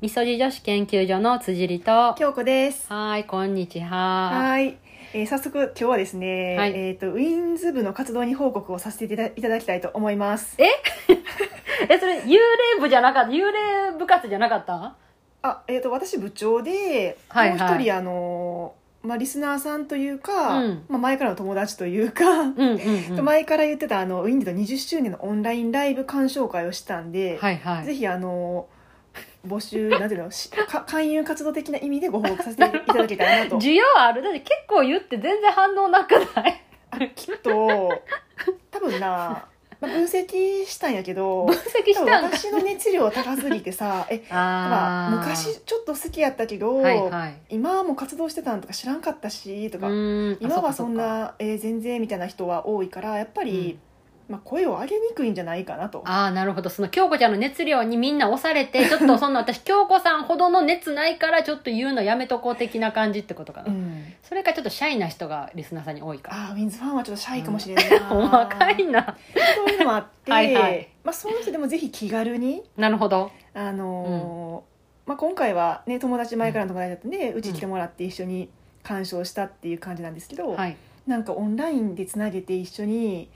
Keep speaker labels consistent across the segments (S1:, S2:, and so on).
S1: みそじ女子研究所の辻里と。
S2: 京子です。
S1: はい、こんにちは。
S2: はい。えー早速今日はですね、
S1: はい
S2: えっ、とウィンズ部の活動に報告をさせていただいただきたいと思います。
S1: え、それ、幽霊部じゃなかった幽霊部活じゃなかった
S2: あ、えっ、と私部長で、
S1: はいはい
S2: もう一人あのーまあリスナーさんというか、
S1: うん
S2: まあ前からの友達というか、
S1: うんうん、うん。は
S2: 前から言ってたあのウィンズの20周年のオンラインライブ鑑賞会をしたんで、
S1: いはい。
S2: ぜひあのー募集なんていうのしか勧誘活動的な意味でご報告させていただけたら なと
S1: 需要あるだって結構言って全然反応なくない
S2: あきっと多分な、まあ、分析したんやけ ど
S1: 分析し
S2: 多分
S1: たんか
S2: 私の熱量高すぎてさえまあ
S1: あー
S2: 昔ちょっと好きやったけど、
S1: はいはい
S2: 今はもう活動してたんとか知らんかったしと
S1: う
S2: か、
S1: ーん
S2: 今は
S1: あ
S2: そ
S1: っかっか
S2: んな、えー全然みたいな人は多いからやっぱり、まあ、声を上げにくいんじゃないかなと
S1: ああなるほどその京子ちゃんの熱量にみんな押され てちょっとそんな私京子さんほどの熱ないからちょっと言うのやめとこう的な感じってことかな、
S2: うん、
S1: それかちょっとシャイな人がリスナーさんに多いか
S2: あーウィンズファンはちょっとシャイかもしれないな、
S1: ら若いな
S2: そういうのもあって
S1: はいはい
S2: まあ、そういう人でもぜひ気軽に、
S1: なるほど
S2: あのーまあ、今回は、ね、友達前からの友達だったんでうち、来てもらって一緒に鑑賞したっていう感じなんですけど、
S1: はい
S2: なんかオンラインでつなげて一緒に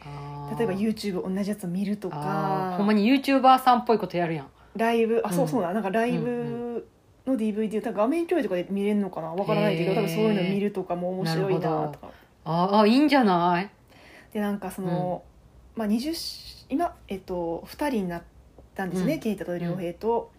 S2: 例えば YouTube 同じやつを見ると
S1: とか
S2: か
S1: ほんまに YouTuber さんっぽいことやるやん
S2: ライブあそううんそうな,、なんかライブの DVD 多分画面共有とかで見れるのかなわからないけ
S1: へ
S2: ど
S1: ー
S2: 多分そういうの見るとかも面白い
S1: なるほ
S2: な
S1: ど
S2: とか
S1: ああいいんじゃない
S2: でなんかその、まあ、20し今、えっと、2人になったんですね、
S1: うん
S2: ケイタと良平と。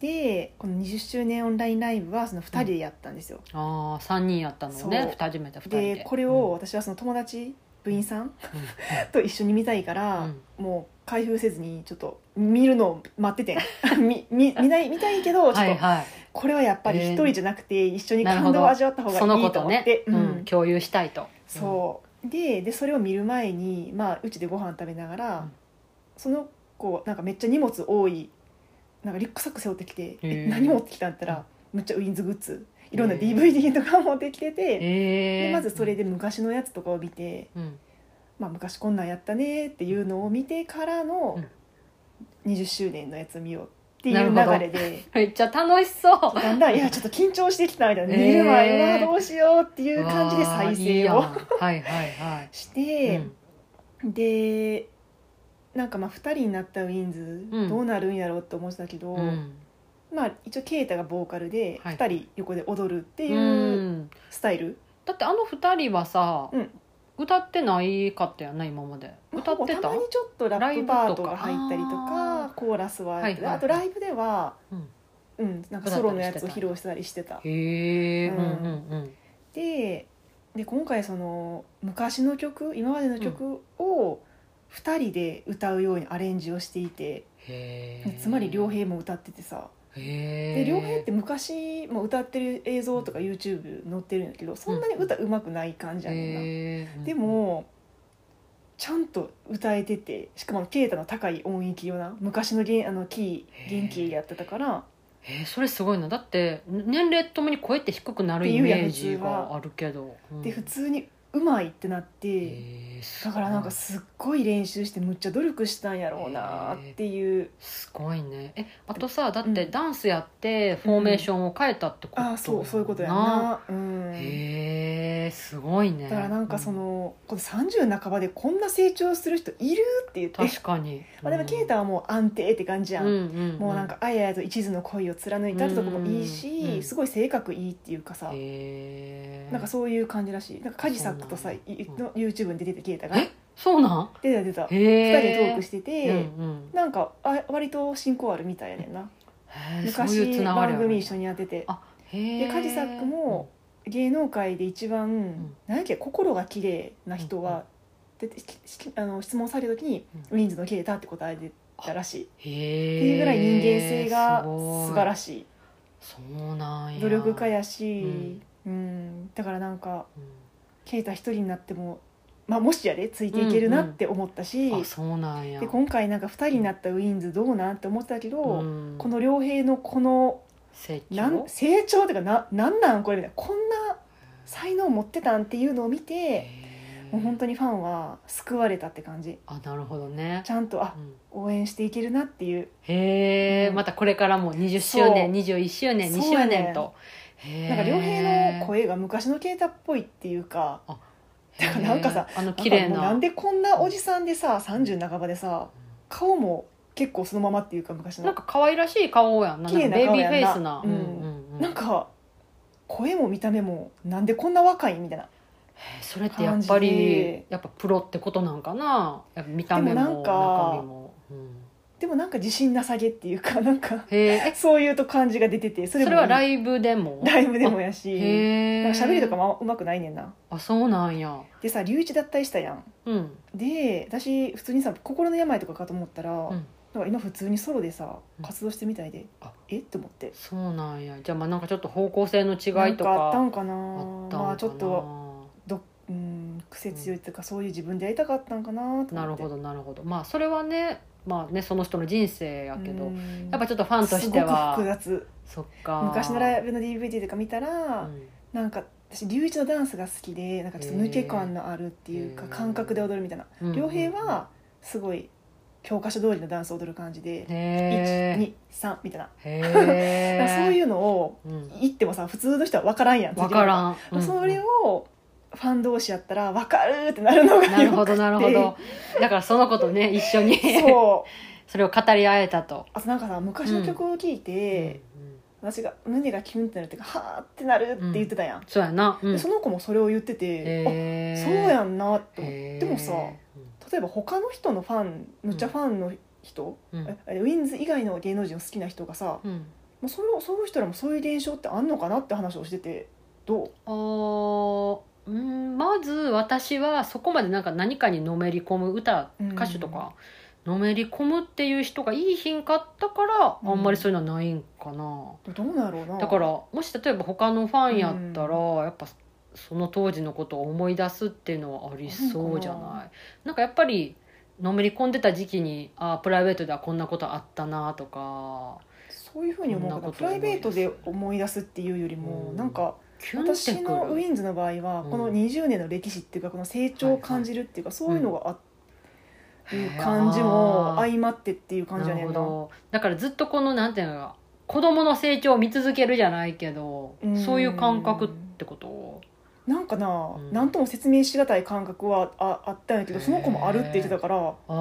S2: でこの20周年オンラインライブはその2人でやったんですよ、
S1: ああ3人やったの
S2: そう
S1: ね初めて2人で
S2: でこれを私はその友達部員さん と一緒に見たいから、
S1: うん
S2: もう開封せずにちょっと見るのを待ってて んみ見見ない見たいけどちょっと、
S1: はいはい
S2: これはやっぱり一人じゃなくて一緒に
S1: なるほ
S2: 感
S1: ど
S2: 動を味わった方がいい
S1: そのこ
S2: と
S1: と
S2: 思っ
S1: ね
S2: て、、
S1: う
S2: うん
S1: ん、共有したいと
S2: そうででそれを見る前に、まあ、うちでご飯食べながら、
S1: うん
S2: その子なんかめっちゃ荷物多いなんかリュックサック背負ってきて
S1: へ
S2: 「え
S1: ー
S2: 何持ってきたん?」って言ったら、むっちゃウィンズグッズいろんな
S1: へー
S2: DVD とか持ってきて
S1: う
S2: て、
S1: え
S2: でまずそれ
S1: で、
S2: で昔のやつとかを見て、
S1: うん、
S2: まあ、昔こんなんやったねっていうのを見てからの
S1: うん
S2: 20周年のやつ見ようってい
S1: な
S2: う
S1: る
S2: 流
S1: ほど
S2: れで。
S1: めっちゃ楽しそう
S2: だんだんいやちょっと緊張してきたみたいな、
S1: えー
S2: 見る前はどうしようっていう感じで
S1: わあ
S2: 再
S1: いい
S2: 生
S1: やん
S2: を
S1: はいはい はい
S2: して、
S1: うん
S2: でなんかまあ2人になったウィンズ、
S1: うん
S2: どうなるんやろうって思ってたけど、
S1: うん
S2: まあ一応ケイタがボーカルで
S1: はい
S2: 2人横で踊るって
S1: う
S2: いうんスタイル、
S1: だってあの二人はさ、
S2: うん
S1: 歌ってないかったよね今まで
S2: ま
S1: 歌
S2: あ
S1: って
S2: ほ
S1: た
S2: ぼまにちょっとラ
S1: ラ
S2: ッ
S1: イブ
S2: プ
S1: と
S2: パ
S1: か
S2: ートが入ったりとか
S1: あー
S2: コーラスは
S1: はいはいはい
S2: あとライブでは、
S1: うん
S2: うん、なんかソロのやつを披露したりしてた。
S1: へえ、う
S2: うんん
S1: うん
S2: でで今回その昔の曲今までの曲を2人で歌うようにアレンジをしていて、
S1: うん
S2: つまり良平も歌っててさ。
S1: で
S2: で両平って昔も歌ってる映像とか YouTube 載ってるんだけどそんなに歌うまくない感じやねんな、でもちゃんと歌えててしかも啓太の高い音域よな昔のげんあのキー
S1: へー
S2: 元気やってたから
S1: えー、それすごいなだって年齢とともに声って低くなるイメージがあるけど
S2: で普通にうまいってなって
S1: え
S2: だからなんかすっごい練習してむっちゃ努力したんやろうなっていう
S1: すごいねえあとさだって
S2: うん
S1: ダンスやってフォーメーションを変えたってこと
S2: ああそうそういうことやなうん
S1: へえすごいね
S2: だからなんかそのこの30半ばでこんな成長する人いるって言
S1: う
S2: っ
S1: ん
S2: て
S1: 確かに
S2: まあ、でも啓太はもう安定って感じやん、
S1: ん
S2: もうなんかあややと一途の恋を貫いたってとこもいいし、
S1: うん
S2: すごい性格いいっていうかさ、
S1: へえ
S2: なんかそういう感じらしいなんかカジサックと
S1: そ
S2: さ、
S1: うなんや
S2: い
S1: うん
S2: の YouTube に出てた啓太が
S1: えそうなん
S2: 出てた出てた
S1: へ
S2: 2人
S1: え
S2: でトークしてて、
S1: うんうん
S2: なんかあ割と親交あるみたいやねんな
S1: へえそういう
S2: 昔
S1: つながり
S2: 番組一
S1: 緒
S2: 緒にやってて
S1: あに
S2: でカジサックも芸能界で一番、なんやっけ心が綺麗な人は、でししあの質問された時に、ウィンズの啓太って答えてたらし
S1: へ
S2: いっていうぐらい人間性が素
S1: 素
S2: 晴ら
S1: しい
S2: しい
S1: そうなんや
S2: 努力家やし、うんだからなんか啓太一人になっても、まあ、もしやでついていけるなって思ったし、
S1: うんあそうなんや
S2: で今回なんか2人になったウィンズどうなんって思ってたけど、
S1: うん
S2: この良平のこの
S1: 成長
S2: なん成長っていうかななんなんこれみたいなこんな才能持ってたんっていうのを見て、
S1: へえ
S2: もう本当にファンは救われたって感じ
S1: あなるほどね
S2: ちゃんとあ
S1: うん
S2: 応援していけるなっていう
S1: へえ、
S2: うん
S1: またこれからも20周年
S2: そう
S1: 21周年2
S2: そう
S1: 周
S2: やねん
S1: 年とへえ
S2: なんか良平の声が昔の啓太っぽいっていうか
S1: へえ
S2: なんかさ
S1: あの
S2: な
S1: 綺
S2: んか
S1: 麗
S2: もう
S1: な
S2: なんでこんなおじさんでさ30半ばでさ顔も結構そのままっていうか昔
S1: な
S2: の
S1: んか可愛らしい顔やんな
S2: 綺麗
S1: んか
S2: な
S1: ベイビ
S2: 顔
S1: ー
S2: やんな
S1: フェイスな、
S2: うん
S1: う
S2: なんか声も見た目もなんでこんな若いみたいな
S1: へえそれってやっぱ
S2: 感
S1: り
S2: じ
S1: やっぱプロってことなんかなやっぱ見た目も
S2: でもなんか
S1: 中身も、うん
S2: でもなんか自信なさげっていうか なんか
S1: へええ
S2: そういうと感じが出ててそ
S1: そ
S2: れ
S1: れ
S2: も
S1: はライブでも
S2: ライブでもやし
S1: へ
S2: なん
S1: え
S2: か喋りとかもうまくないねんな
S1: あそうなんや
S2: でさ龍一脱退したやん
S1: うん
S2: で私普通にさ心の病とかかと思ったら、
S1: ん
S2: なんか今普通にソロでさ
S1: うん
S2: 活動してみたいで、
S1: あ
S2: えって思って
S1: そうなんやじゃあまあなんかちょっと方向性の違いと
S2: なんか
S1: か
S2: あった
S1: あっ
S2: んかな
S1: たんかな、
S2: まあちょっとどうん癖強いっていうか、そういう自分でやりたかったんかなと思って
S1: なるほどなるほどまあそれはねまあねその人の人生やけど、
S2: うん
S1: やっぱちょっとファンとしては
S2: すごく複雑
S1: そっか
S2: 昔のラ
S1: イ
S2: イブの DVD とか見たら、
S1: うん
S2: なんか私龍一のダンスが好きでなんかちょっと抜け感のあるっていう
S1: へ
S2: か
S1: ー
S2: 感覚で踊るみたいな
S1: うん
S2: 良平はすごい教科書通りのダンスを踊る感じで
S1: へえ
S2: 123みたいな だから
S1: へ
S2: そういううのを
S1: ん
S2: 言ってもさ普通の人は分からんやん
S1: わから
S2: ん、
S1: ん、うん
S2: それをファン同士やったら分かるってなるのが
S1: なるほど
S2: よくて
S1: なるほどだからその子とね一緒に
S2: そう
S1: それを語り合えたと、
S2: あとなんかさ昔の曲を聴いて、
S1: うんうん
S2: 私が胸がキュンってなるっていうかはーってなるって言ってたやん、
S1: そうやな、うん
S2: でその子もそれを言ってて、あ
S1: へー
S2: そうやんなって思って
S1: へー
S2: でもさ例えば他の人のファンむっちゃファンの人、
S1: うん
S2: えウィンズ以外の芸能人を好きな人がさ、
S1: うん
S2: まあ、そのそういう人らもそういう現象ってあんのかなって話をしててどう
S1: あーうんまず私はそこまでなんか何かにのめり込む歌
S2: うん
S1: 歌手とか、のめり込むっていう人がいい品買ったから
S2: うん
S1: あんまりそういうのはないんかな、
S2: どうなんやろうな
S1: だからもし例えば他のファンやったら、やっぱその当時のことを思い出すっていうのはありそうじゃない
S2: あるのか
S1: なんかやっぱりのめり込んでた時期にあープライベートではこんなことあったなとか
S2: そういうふうに思う
S1: こんな
S2: か
S1: こ
S2: ら
S1: と
S2: プライベートで思い出すっていうよりも、
S1: うん
S2: なんか
S1: キュンって
S2: 私
S1: く
S2: のウ
S1: る
S2: ィンズの場合は
S1: うん
S2: この20年の歴史っていうかこの成長を感じるっていうか、そういうのがあっていう感じも相まってっていう感じ
S1: な
S2: やね
S1: る
S2: ん
S1: ほ
S2: な
S1: どだからずっとこのなんていうのか子供の成長を見続けるじゃないけど
S2: うん
S1: そういう感覚ってこと
S2: なんかな、
S1: うん
S2: なんとも説明しがたい感覚はああったんやけどその子もあるって言ってたから
S1: ああ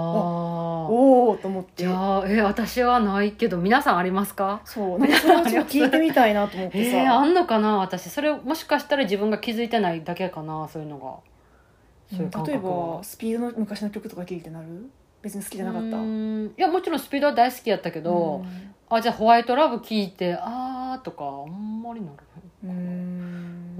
S2: おおと思って
S1: じゃあえ私はないけど皆さんありますか
S2: そうなんかそれをちょっと聞いてみたいなと思っ
S1: え
S2: て
S1: ー、あ
S2: さ、
S1: んのかな私それもしかしたら自分が気づいてないだけかなそういうのがそういう感
S2: 例え
S1: 覚は
S2: ばスピードの昔の曲とか聴いてなる別に好きじゃなかった
S1: うーんいやもちろんスピードは大好きやったけど、あじゃあホワイトラブ聞いてあーとかあんまりなる
S2: うん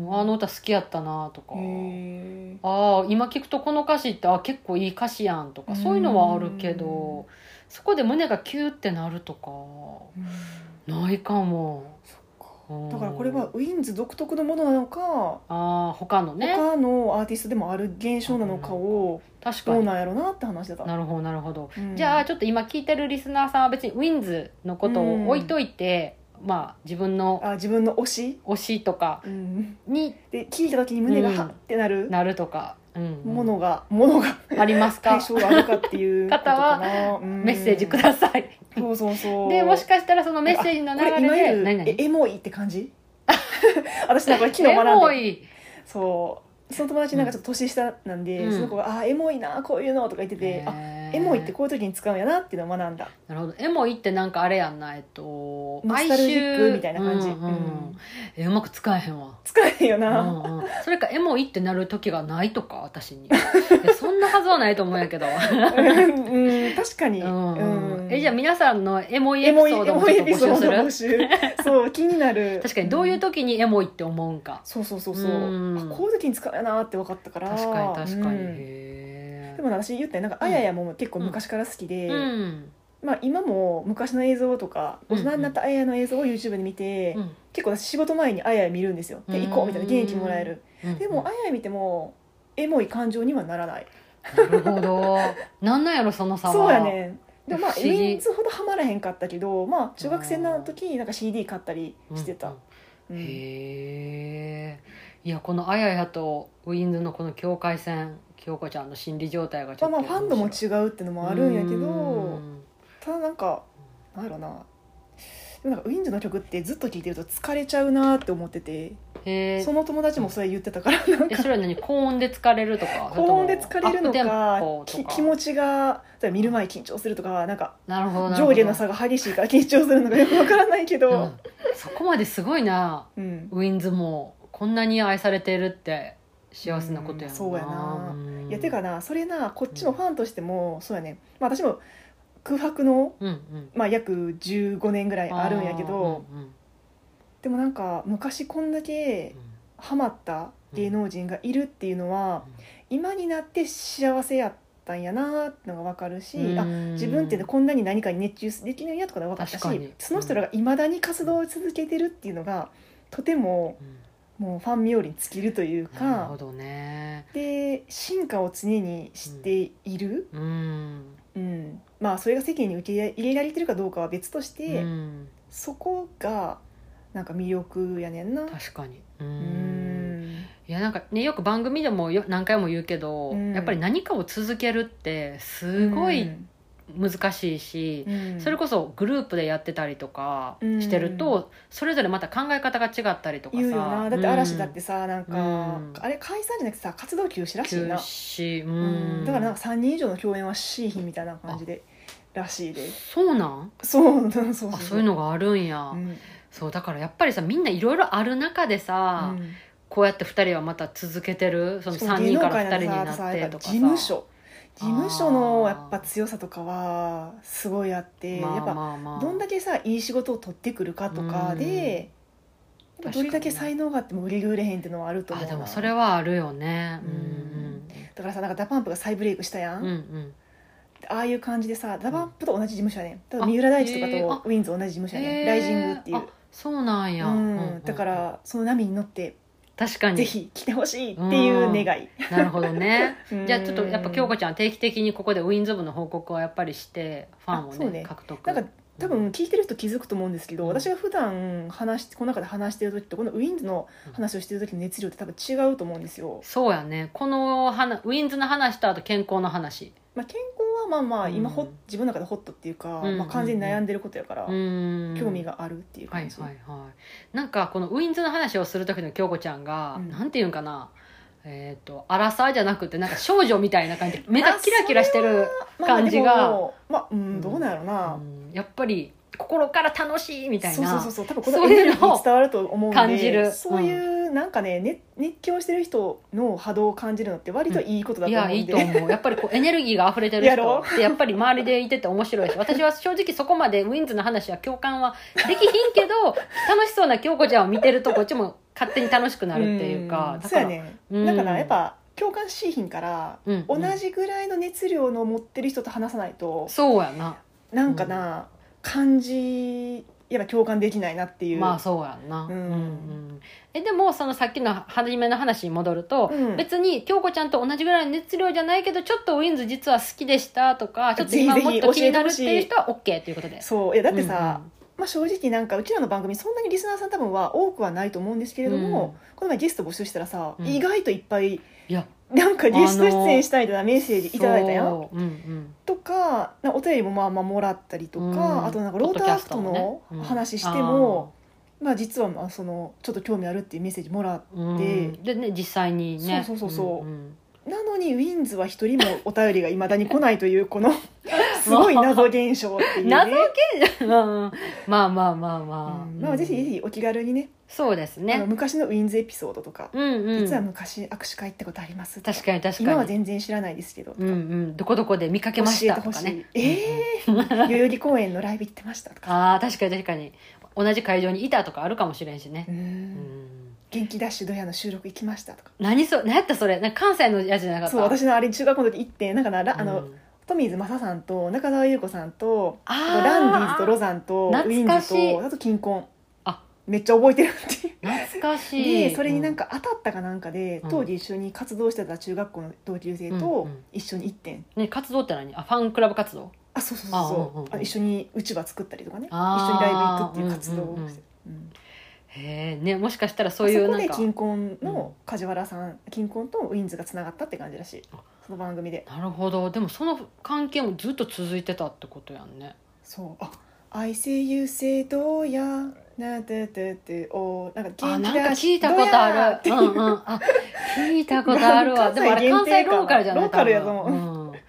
S2: うん
S1: あの歌好きやったなとか、
S2: へー
S1: ああ今聞くとこの歌詞ってあ結構いい歌詞やんとかそういうのはあるけ
S2: う
S1: どそこで胸がキューってなると
S2: うん
S1: かないかも
S2: そっか
S1: うん
S2: だからこれはウィンズ独特のものなのか、
S1: ああ他のね
S2: 他のアーティストでもある現象なのかを
S1: 確か
S2: どう
S1: に
S2: なんやろうなって話してた、
S1: なるほどなるほど、
S2: うん
S1: じゃあちょっと今聞いてるリスナーさんは別にウィンズのことを置いといて、まあ自分の
S2: あ自分の推し、
S1: 推しとか
S2: うん、
S1: に
S2: で聞いた時に胸がハッてなる
S1: なるとか、うん
S2: ものが、ものが
S1: ありますか
S2: 対象があるかっていうことかな
S1: メッセージく
S2: い
S1: ださい、
S2: そうそうそう
S1: でもしかしたらそのメッセージの流
S2: これ
S1: れで何
S2: 今言う
S1: 々
S2: えエモいって感じ 私なんかこれ昨日
S1: エ
S2: 学ん
S1: モ
S2: で
S1: い
S2: そうその友達なんかちょっと年下なんで、
S1: うん
S2: その子が「あーエモいなこういうの」とか言ってて、あ
S1: へー
S2: エモいってこういう時に使うんやなっていうのを学んだ
S1: なるほどエモいってなんかあれやんなえっと
S2: ノスタルジッ
S1: 哀
S2: ク
S1: 愁
S2: みたいな感じ、
S1: うんうんえうまく使えへんわ、
S2: 使えへんよ
S1: う
S2: な、
S1: んうん、それかエモいってなる時がないとか私に いやそんなはずはないと思うんやけど、
S2: うんうん確か
S1: う
S2: に、
S1: んうん
S2: うん
S1: えじゃあ皆さんのエモいエ
S2: エ
S1: ピソ
S2: モいエ
S1: ードも
S2: モ
S1: ち
S2: い
S1: ょ
S2: エ
S1: っと募
S2: ピソー
S1: 集す
S2: ド
S1: る
S2: 募集 そう気になる
S1: 確かにどういう時にエモいって思うんか、
S2: そうそうそうそう、
S1: うん
S2: あこういう時に使うんやなって分かったから
S1: 確かに確かに、
S2: うん
S1: へ
S2: でも私言ったよなんか「あやや」も結構昔から好きで、
S1: え、うん
S2: まあ、今も昔の映像とか
S1: うんう
S2: 大
S1: ん
S2: 人になったあややの映像を YouTube で見て、
S1: うん
S2: 結構私仕事前にあやや見るんですよで
S1: うん
S2: 行こうみたいな元気もらえる
S1: うん、
S2: でもあやや見てもエモい感情にはならない
S1: なるほどなんなんやろその差は
S2: そうやねでもまあ
S1: 不
S2: ウ
S1: 思議
S2: ィンズほどハマらへんかったけどまあ中学生の時になんか CD 買ったりして
S1: う
S2: た
S1: ん、
S2: うん
S1: へえいやこのあややとウィンズのこの境界線京子ちゃんの心理状態がち
S2: ま
S1: ょ
S2: あ
S1: っ
S2: ま
S1: と
S2: あファンドも違うってのもあるんやけど
S1: うん
S2: ただなんかなんやろなでもなんかウィンズの曲ってずっと聴いてると疲れちゃうなって思ってて
S1: へえ
S2: その友達もそれ言ってたからなん
S1: え
S2: か
S1: それは何高音で疲れるとか
S2: 高音で疲れるの
S1: それともア
S2: か
S1: ップテンポと
S2: き
S1: か
S2: 気持ちが例えば見る前緊張するとかなんか
S1: なるほどなるほ
S2: 上
S1: ど
S2: 下の差が激しいから緊張するのがよくわからないけ
S1: う
S2: ど
S1: ん、そこまですごいな
S2: うん
S1: ウィンズもこんなに愛されてるって幸せなことやんな
S2: うんそうやな
S1: うん
S2: いやてかなそれなこっちのファンとしてもそうやね、まあ、私も空白の、
S1: うんうん
S2: まあ、約15年ぐらいあるんやけど、
S1: あーうんうん
S2: でもなんか昔こんだけハマった芸能人がいるっていうのは、今になって幸せやったんやなーってのが分かるし、
S1: うん
S2: あ自分ってこんなに何かに熱中できるんやとかが分かったし
S1: 確かに
S2: その人らがいまだに活動を続けてるっていうのがとても
S1: うん
S2: もうファン冥利に尽きるという
S1: なるほ
S2: か
S1: どね
S2: で進化を常にしている、
S1: うん
S2: うんまあそれが世間に受け入れられてるかどうかは別として、
S1: うん
S2: そこがなんか魅力やねんな。
S1: 確かにう
S2: うんん
S1: いやなんかねよく番組でもよ何回も言うけど、
S2: うん
S1: やっぱり何かを続けるってすごい難しいし、
S2: うん
S1: それこそグループでやってたりとか
S2: うん
S1: してると、それぞれまた考え方が違ったりとかさ
S2: 言うよなだって嵐だってさ、なんか、
S1: うん
S2: あれ解散じゃなくてさ活動休止らしい
S1: 休
S2: な、
S1: 止う
S2: うんんだからなんか3人以上の共演はしい日みたいな感じでらしいで
S1: そうなん
S2: そうそうそう
S1: あそういうのがあるんや、
S2: うん
S1: そうだからやっぱりさみんないろいろある中でさ、
S2: うん
S1: こうやって2人はまた続けてるその
S2: しかも
S1: 3
S2: 芸
S1: 人
S2: 能
S1: から
S2: 界
S1: 2人
S2: なんて
S1: に
S2: さ
S1: なって
S2: やっ
S1: と
S2: ぱ
S1: かさ
S2: 事務所事務所の
S1: あ
S2: や
S1: ー
S2: っぱ強さとかはすごいあって、
S1: まあ
S2: やっぱ
S1: まあまあ
S2: どんだけさいい仕事を取ってくるかとかで、やっぱどれだけ才能があっても売り売れへんっていうのはあると思
S1: あ
S2: うな
S1: でもそれはあるよね
S2: うん
S1: うん
S2: だからさなんかダパンプが再ブレイクしたやん、
S1: うんうん
S2: ああいう感じでさダパンプと同じ事務所やねんだか
S1: あ
S2: ら三浦大知とか
S1: へーあ
S2: とウィンズ同じ事務所やね
S1: へ
S2: ん
S1: ー
S2: ライジングっていう
S1: あそうなんや、
S2: うん
S1: うんうん
S2: だからその波に乗って
S1: 確かに
S2: ぜひ来てほしいっていう願い、
S1: なるほど ねじゃあちょっとやっぱ京子
S2: ち
S1: ちゃん定期的にここでウィンズ部の報告はやっぱりしてファンを
S2: あ
S1: ね
S2: そうね
S1: 獲得
S2: ゃなんか多分聞いてる人気づくと思うんですけど、
S1: うん
S2: 私が普段話しこの中で話してる時とこのウィンズの話をしてる時の熱量って多分違うと思うんですよ、
S1: そうやねこの話ウィンズの話とあと健康の話
S2: まあ、健康はまあまあ
S1: うん
S2: 今ほ、自分の中でホットっていうか、
S1: うん
S2: まあ、完全に悩んでることやから、
S1: うん
S2: 興味があるっていう
S1: はい
S2: 感じ、
S1: はいはいなんかこのウィンズの話をする時の京子ちゃんが、
S2: うん
S1: なんていうんかなえっ、と荒さじゃなくてなんか少女みたいな感じ目がキラキラしてる、
S2: まあ
S1: 感じが
S2: でもまあうんどうなんやろうな、
S1: うんやっぱり心から楽しいみたい
S2: そうそう
S1: な
S2: そうそう多分こ
S1: そ
S2: の
S1: う
S2: エ
S1: い
S2: ネ
S1: うの
S2: ルギー伝わると思うんで
S1: 感じる
S2: そういうなんかね熱熱狂してる人の波動を感じるのって割といいことだ
S1: い
S2: と
S1: や
S2: 思うんで、
S1: いいと思うやっぱり こうエネルギーが溢れてる
S2: や
S1: 人
S2: ろ
S1: ってやっぱり周りでいてて面白いし私は正直そこまでウィンズの話は共感はできひんけ ど楽しそうな京子ちゃんを見てるとこっちも勝手に楽しくなるっていうか
S2: ん
S1: だ
S2: そう
S1: から
S2: やね
S1: うん
S2: だからやっぱ共感しいひんから、
S1: うん
S2: 同じぐらいの熱量の持ってる人と話さないと
S1: そうやな
S2: なんかな、感じやっぱ共感できないなっていう、
S1: まあそうやんな、
S2: うん
S1: んえでもそのさっきの初めの話に戻ると、
S2: うん
S1: 別に京子ちゃんと同じぐらいの熱量じゃないけどちょっとウィンズ実は好きでしたとかちょっと今
S2: ぜひ
S1: も
S2: ぜ
S1: っ
S2: ひ
S1: と気になるっ
S2: 教えてほしてい
S1: いう人は OK ということで
S2: そういやだ
S1: だ
S2: ってさ、、まあ、正直なんかうちらの番組そんなにリスナーさん多分は多くはないと思うんですけれども、この前ゲスト募集したらさ、
S1: うん
S2: 意外といっぱい
S1: いや
S2: なんかゲスト出演したいみたいなメッセージいただいたやん
S1: そううんうん
S2: とかなんかお便りもまあまあもらったりとか、
S1: うん
S2: あとなんかローターアクトの
S1: ポッドキャストもねうん
S2: 話しても、まあ、実はまあそのちょっと興味あるっていうメッセージもらっ
S1: あーうん
S2: で
S1: でね実際にね
S2: そうそうそうそうん
S1: ん
S2: なのにウィンズは一人もお便りがいまだに来ないというこのすごい謎現象っていうね。
S1: 謎うん まあまあまあまあ、
S2: うんまあ、ぜひぜひお気軽にね
S1: そうです
S2: あの
S1: ね
S2: 昔のウィンズエピソードとか、
S1: うんうん
S2: 実は昔握手会行ったことありますとか
S1: 確かに確かに
S2: 今は全然知らないですけどとか、
S1: うんうんどこどこで見かけまし
S2: 教えて
S1: たと
S2: ほ
S1: か
S2: しい、
S1: ね
S2: ええー、代々木公園のライブ行ってましたとか
S1: ああ確かに確かに同じ会場にいたとかあるかもしれんしね
S2: う、ん
S1: うん、
S2: 元気ダッシュドヤの収録行きましたとか
S1: 何そ何やったそれなんか関西のやつじゃなかった
S2: そう私のあれ中学校の時行ってなんかなら、
S1: うん
S2: あの富水正さんと中澤優子さんと
S1: あ
S2: あ
S1: ー
S2: とランディーズとロザンとウィ
S1: 懐
S2: ン
S1: か
S2: ズ
S1: しい
S2: とあとキンコン
S1: あ
S2: めっちゃ覚えてるっていう
S1: 懐かしい
S2: でそれになんか当たったかなんかで、
S1: うん
S2: 当時一緒に活動してた中学校の同級生
S1: うんう
S2: と
S1: ん
S2: 一緒に行ってん、
S1: ね活動って何あファンクラブ活動
S2: あそうそうそう
S1: あうん
S2: そう
S1: うんうん
S2: あの一緒にうちわ作ったりとかね一
S1: あー
S2: 緒にライブ行くっていう活動をして、うん
S1: へえねもしかしたら
S2: そ
S1: そう
S2: う
S1: い
S2: いう
S1: う
S2: そこ
S1: なん
S2: で
S1: か
S2: 金婚の梶原さん、金婚とウィンズがつながったって感じらしいその番組で
S1: なるほどでもその関係もずっと続いてたってことやんね
S2: そうあ「I say you say どうや」なててておなんか
S1: あなんか
S2: 出し
S1: 聞いたこと
S2: どうや
S1: あ
S2: っ
S1: る
S2: て
S1: うんうんあ聞いたことあるわ
S2: 関
S1: で
S2: 西
S1: もあれ関西
S2: 限定かな
S1: ローカルじゃない
S2: ローカルやと思う
S1: 多分うん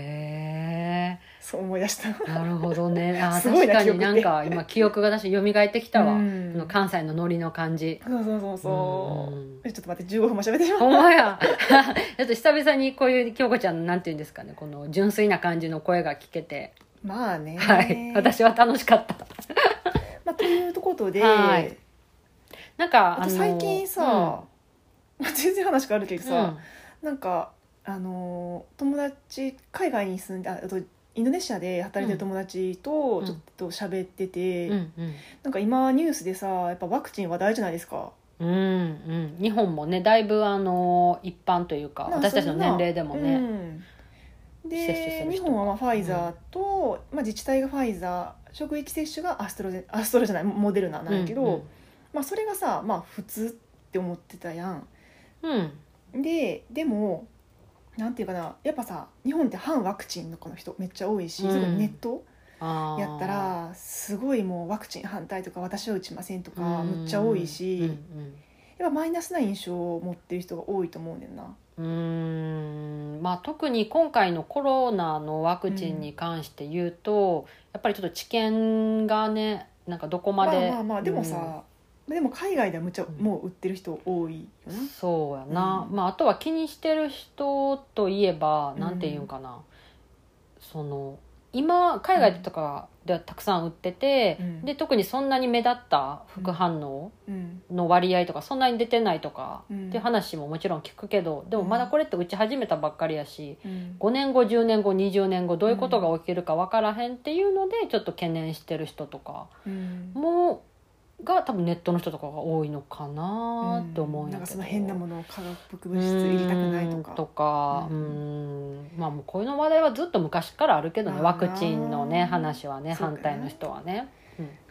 S1: へえ
S2: そう思い出した
S1: なるほどねあー
S2: すごいな
S1: 確かに
S2: 記
S1: なん
S2: 憶って
S1: か今記憶が私蘇ってきたわ、
S2: うん
S1: あの関西のノリの感じ
S2: そうそうそうそう、
S1: うん
S2: えちょっと待って15分も喋ってしま
S1: ほ
S2: っ
S1: んまや ちょっと久々にこういう京子ちゃんのなんていうんですかねこの純粋な感じの声が聞けて、
S2: たまあね
S1: はい私は楽しかった
S2: まあ、ということで、
S1: はいなんか
S2: あと最近さ、まあ、全然話変わるけど
S1: うんうん
S2: さ、なんかあのー友達海外に住んでああとインドネシアで働いてる友達と
S1: うん
S2: ちょっと喋ってて、
S1: うんうん
S2: なんか今ニュースでさやっぱワクチン話題じゃないですか
S1: うんうん、日本もねだいぶあの一般というか
S2: な
S1: 私たちの年齢でも
S2: う
S1: ね、
S2: ん
S1: 接種す
S2: で
S1: る人
S2: 日本はまあファイザーと、まあ、自治体がファイザー職域接種がアストロゼアストロじゃないモデルナなんだけど、まあ、それがさまあ普通って思ってたやん。
S1: うんうん
S2: ででもなんていうかなやっぱさ日本って反ワクチンの子の人めっちゃ多いし、
S1: うん
S2: 特にネット
S1: あー
S2: やったらすごいもうワクチン反対とか私は打ちませんとか
S1: うん
S2: むっちゃ多いし、
S1: うん
S2: やっぱマイナスな印象を持ってる人が多いと思うねんな。
S1: うんうーんまあ、特に今回のコロナのワクチンに関して言うと、やっぱりちょっと知見がねなんかどこ
S2: ま
S1: ま
S2: あ
S1: で、
S2: まあまあでもさ、でも海外ではむっちゃ
S1: うん
S2: もう売ってる人多いよ
S1: う
S2: な。
S1: んそうやな、
S2: うん
S1: まあ、あとは気にしてる人といえば
S2: うん
S1: なんていうんかな、その今海外とかではたくさん売ってて、
S2: うん
S1: で特にそんなに目立った副反応
S2: うん
S1: の割合とかそんなに出てないとか、
S2: うん
S1: っていう話ももちろん聞くけどでもまだこれって打ち始めたばっかりやし。
S2: うん
S1: 5年後10年後20年後どういうことが起きるか分からへんっていうのでちょっと懸念してる人とか
S2: うん
S1: もが多分ネットの人とかが多いのかなって思うん
S2: な
S1: や
S2: ん
S1: けど、
S2: かその変なものを化学物質入れたくないとか
S1: うーんとかう
S2: うんん
S1: まあもうこういうの話題はずっと昔からあるけどね
S2: まあ
S1: ワ
S2: な
S1: クチンのね話はね
S2: そうだ
S1: 反
S2: ね
S1: 対の人はね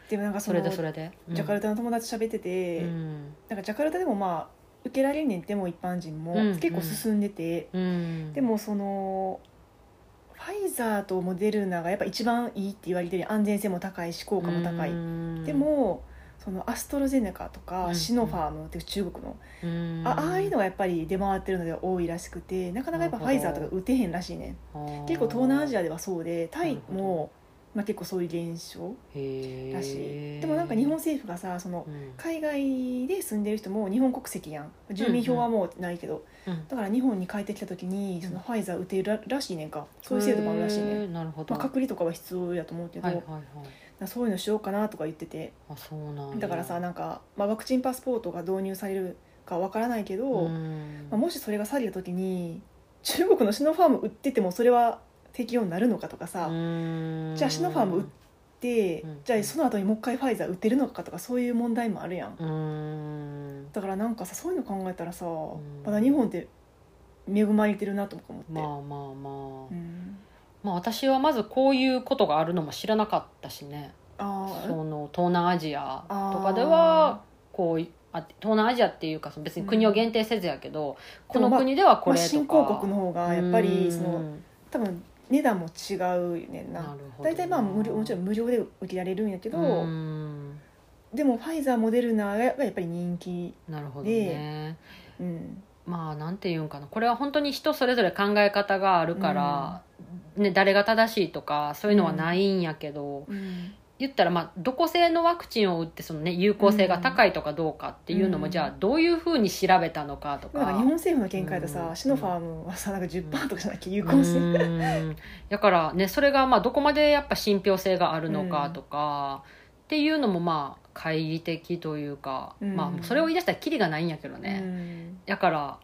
S2: でもなんか
S1: そ
S2: その
S1: れでそれで、うん
S2: ジャカルタの友達喋ってて、
S1: うん
S2: なんかジャカルタでもまあ受けられんねんってもう一般人も
S1: うん
S2: 結構進んでて、
S1: うん
S2: でもそのファイザーとモデルナがやっぱ一番いいって言われてる安全性も高いし効果も高い、
S1: うん
S2: でもそのアストロゼネカと
S1: う
S2: か
S1: ん
S2: シノファームっていう中国の、
S1: うん
S2: あああいうのがやっぱり出回ってるのでは多いらしくてなかなかやっぱファイザーとか打てへんらしいねん結構東南アジアではそうでタ
S1: な
S2: イ
S1: るほ
S2: も、まあ、結構そういう現象
S1: へー
S2: らしいでもなんか日本政府がさその
S1: うん
S2: 海外で住んでる人も日本国籍やん住民票はもうないけど、
S1: うん
S2: だから日本に帰ってきた時にそのファイザー打てるらしいねんかそういう制度もあるらしいね
S1: へ
S2: ん、
S1: ーなるほど、
S2: まあ、隔離とかは必要やと思うけど、
S1: はいはいはい
S2: なそういうのしようかなとか言ってて
S1: あそうなんや
S2: だからさなんか、まあ、ワクチンパスポートが導入されるかわからないけど、
S1: うん
S2: まあ、もしそれが去れた時に中国のシノファーム売っててもそれは適用になるのかとかさ、
S1: うん
S2: じゃあシノファーム売って、
S1: うん
S2: じゃあその後にもう一回ファイザー打てるのかとかそういう問題もあるやん。
S1: うん
S2: だからなんかさそういうの考えたらさ、
S1: ん
S2: まだ日本って恵まれてるなとか思って、
S1: まあまあまあ、
S2: うん、
S1: まあ私はまずこういうことがあるのも知らなかったしね
S2: あー
S1: その東南アジアとかではこういあ東南アジアっていうかその別に国を限定せずやけど、この
S2: でもまあ
S1: 国では
S2: あー
S1: これ
S2: まあ、
S1: と
S2: 新
S1: か、
S2: 興国の方がやっぱりその
S1: の
S2: 多分値段も違うねんな大体まあ無料もちろん無料で受けられるんやけど、
S1: うん
S2: でもファイザーモデルナがやっぱり人気、
S1: なるほどね
S2: うん、
S1: まあなんていうんかなこれは本当に人それぞれ考え方があるから、ね、誰が正しいとかそういうのはないんやけど、言ったらまあどこ製のワクチンを打ってその、ね、有効性が高いとかどうかっていうのも、
S2: うん
S1: じゃあどういうふうに調べたのかと
S2: なん
S1: か。
S2: か日本政府の見解でさ、
S1: うん
S2: シノファームはさなんか10%とかじゃなきゃ有効性、
S1: うんだからねそれがまあどこまでやっぱ信憑性があるのかとか、っていうのもまあ懐疑的というか、
S2: うん
S1: まあそれを言い出したらキリがないんやけどね。
S2: うん
S1: だから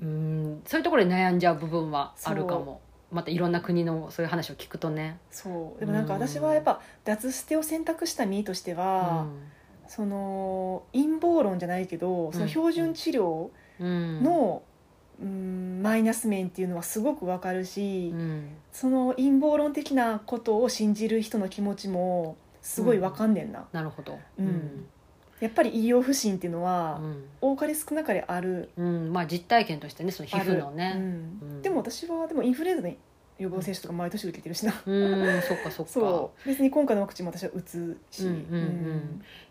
S1: うんそういうところで悩んじゃう部分はあるかもまたいろんな国のそういう話を聞くとね
S2: そうでもなんか私はやっぱ脱捨てを選択した身としては、その陰謀論じゃないけどその標準治療
S1: うん、
S2: の、うんマイナス面っていうのはすごくわかるし、
S1: うん
S2: その陰謀論的なことを信じる人の気持ちもすごいわかんねんな、
S1: なるほど、
S2: うんやっぱり医療不信っていうのは、
S1: うん
S2: 多かれ少なかれある
S1: うんまあ、実体験としてねその皮膚の
S2: あるう
S1: ね
S2: ん
S1: うん
S2: でも私はでもインフルエンザの予防接種とか毎年受けてるしな、
S1: うんそっかそっか
S2: そう別に今回のワクチンも私は打つし、
S1: うんうんうん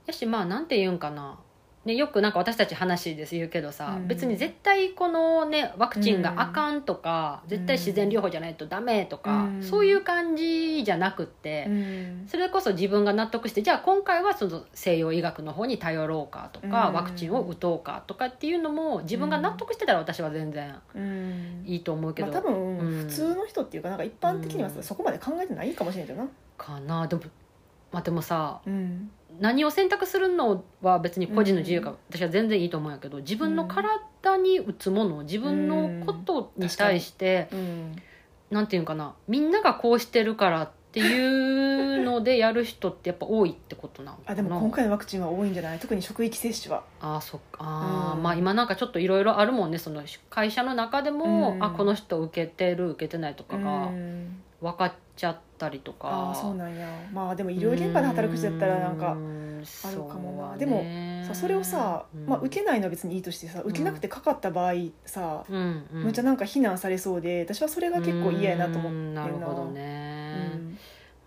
S1: やしまあなんて言うんかな、ね、よくなんか私たち話です言うけどさ、
S2: うん
S1: 別に絶対このねワクチンがあかんとか、
S2: うん
S1: 絶対自然療法じゃないとダメとか、
S2: うん
S1: そういう感じじゃなくって、
S2: うん
S1: それこそ自分が納得してじゃあ今回はその西洋医学の方に頼ろうかとか、
S2: うん
S1: ワクチンを打とうかとかっていうのも自分が納得してたら私は全然
S2: うん
S1: いいと思うけ
S2: ま
S1: ど、
S2: あ、多分、
S1: うん
S2: 普通の人っていうかなんか一般的にはさ
S1: うん
S2: そこまで考えてないかもしれないけどな、
S1: かなでも,、まあ、でもさ
S2: うん
S1: 何を選択するのは別に個人の自由か、
S2: うん
S1: 私は全然いいと思うんやけど自分の体に打つもの自分のことに対して、
S2: うん
S1: なんていうんかなみんながこうしてるからっていうのでやる人ってやっぱ多いってことなのかな
S2: あでも今回のワクチンは多いんじゃない特に職域接種は、
S1: あーそっかあー、
S2: うん
S1: まあ今なんかちょっといろいろあるもんねその会社の中でも、
S2: うん
S1: あこの人受けてる受けてないとかが
S2: うん
S1: 分かっちゃったりとか、
S2: ああそうなんやまあでも医療現場で働く人だったらなんか、
S1: うん
S2: あるかも
S1: そ
S2: な
S1: うね
S2: でもさそれをさ、まあ、受けないのは別にいいとしてさ受けなくてかかった場合さ、
S1: うんうん
S2: むっちゃなんか非難されそうで私はそれが結構嫌やなと思って
S1: うん
S2: な
S1: なるほど
S2: う
S1: ね、
S2: ん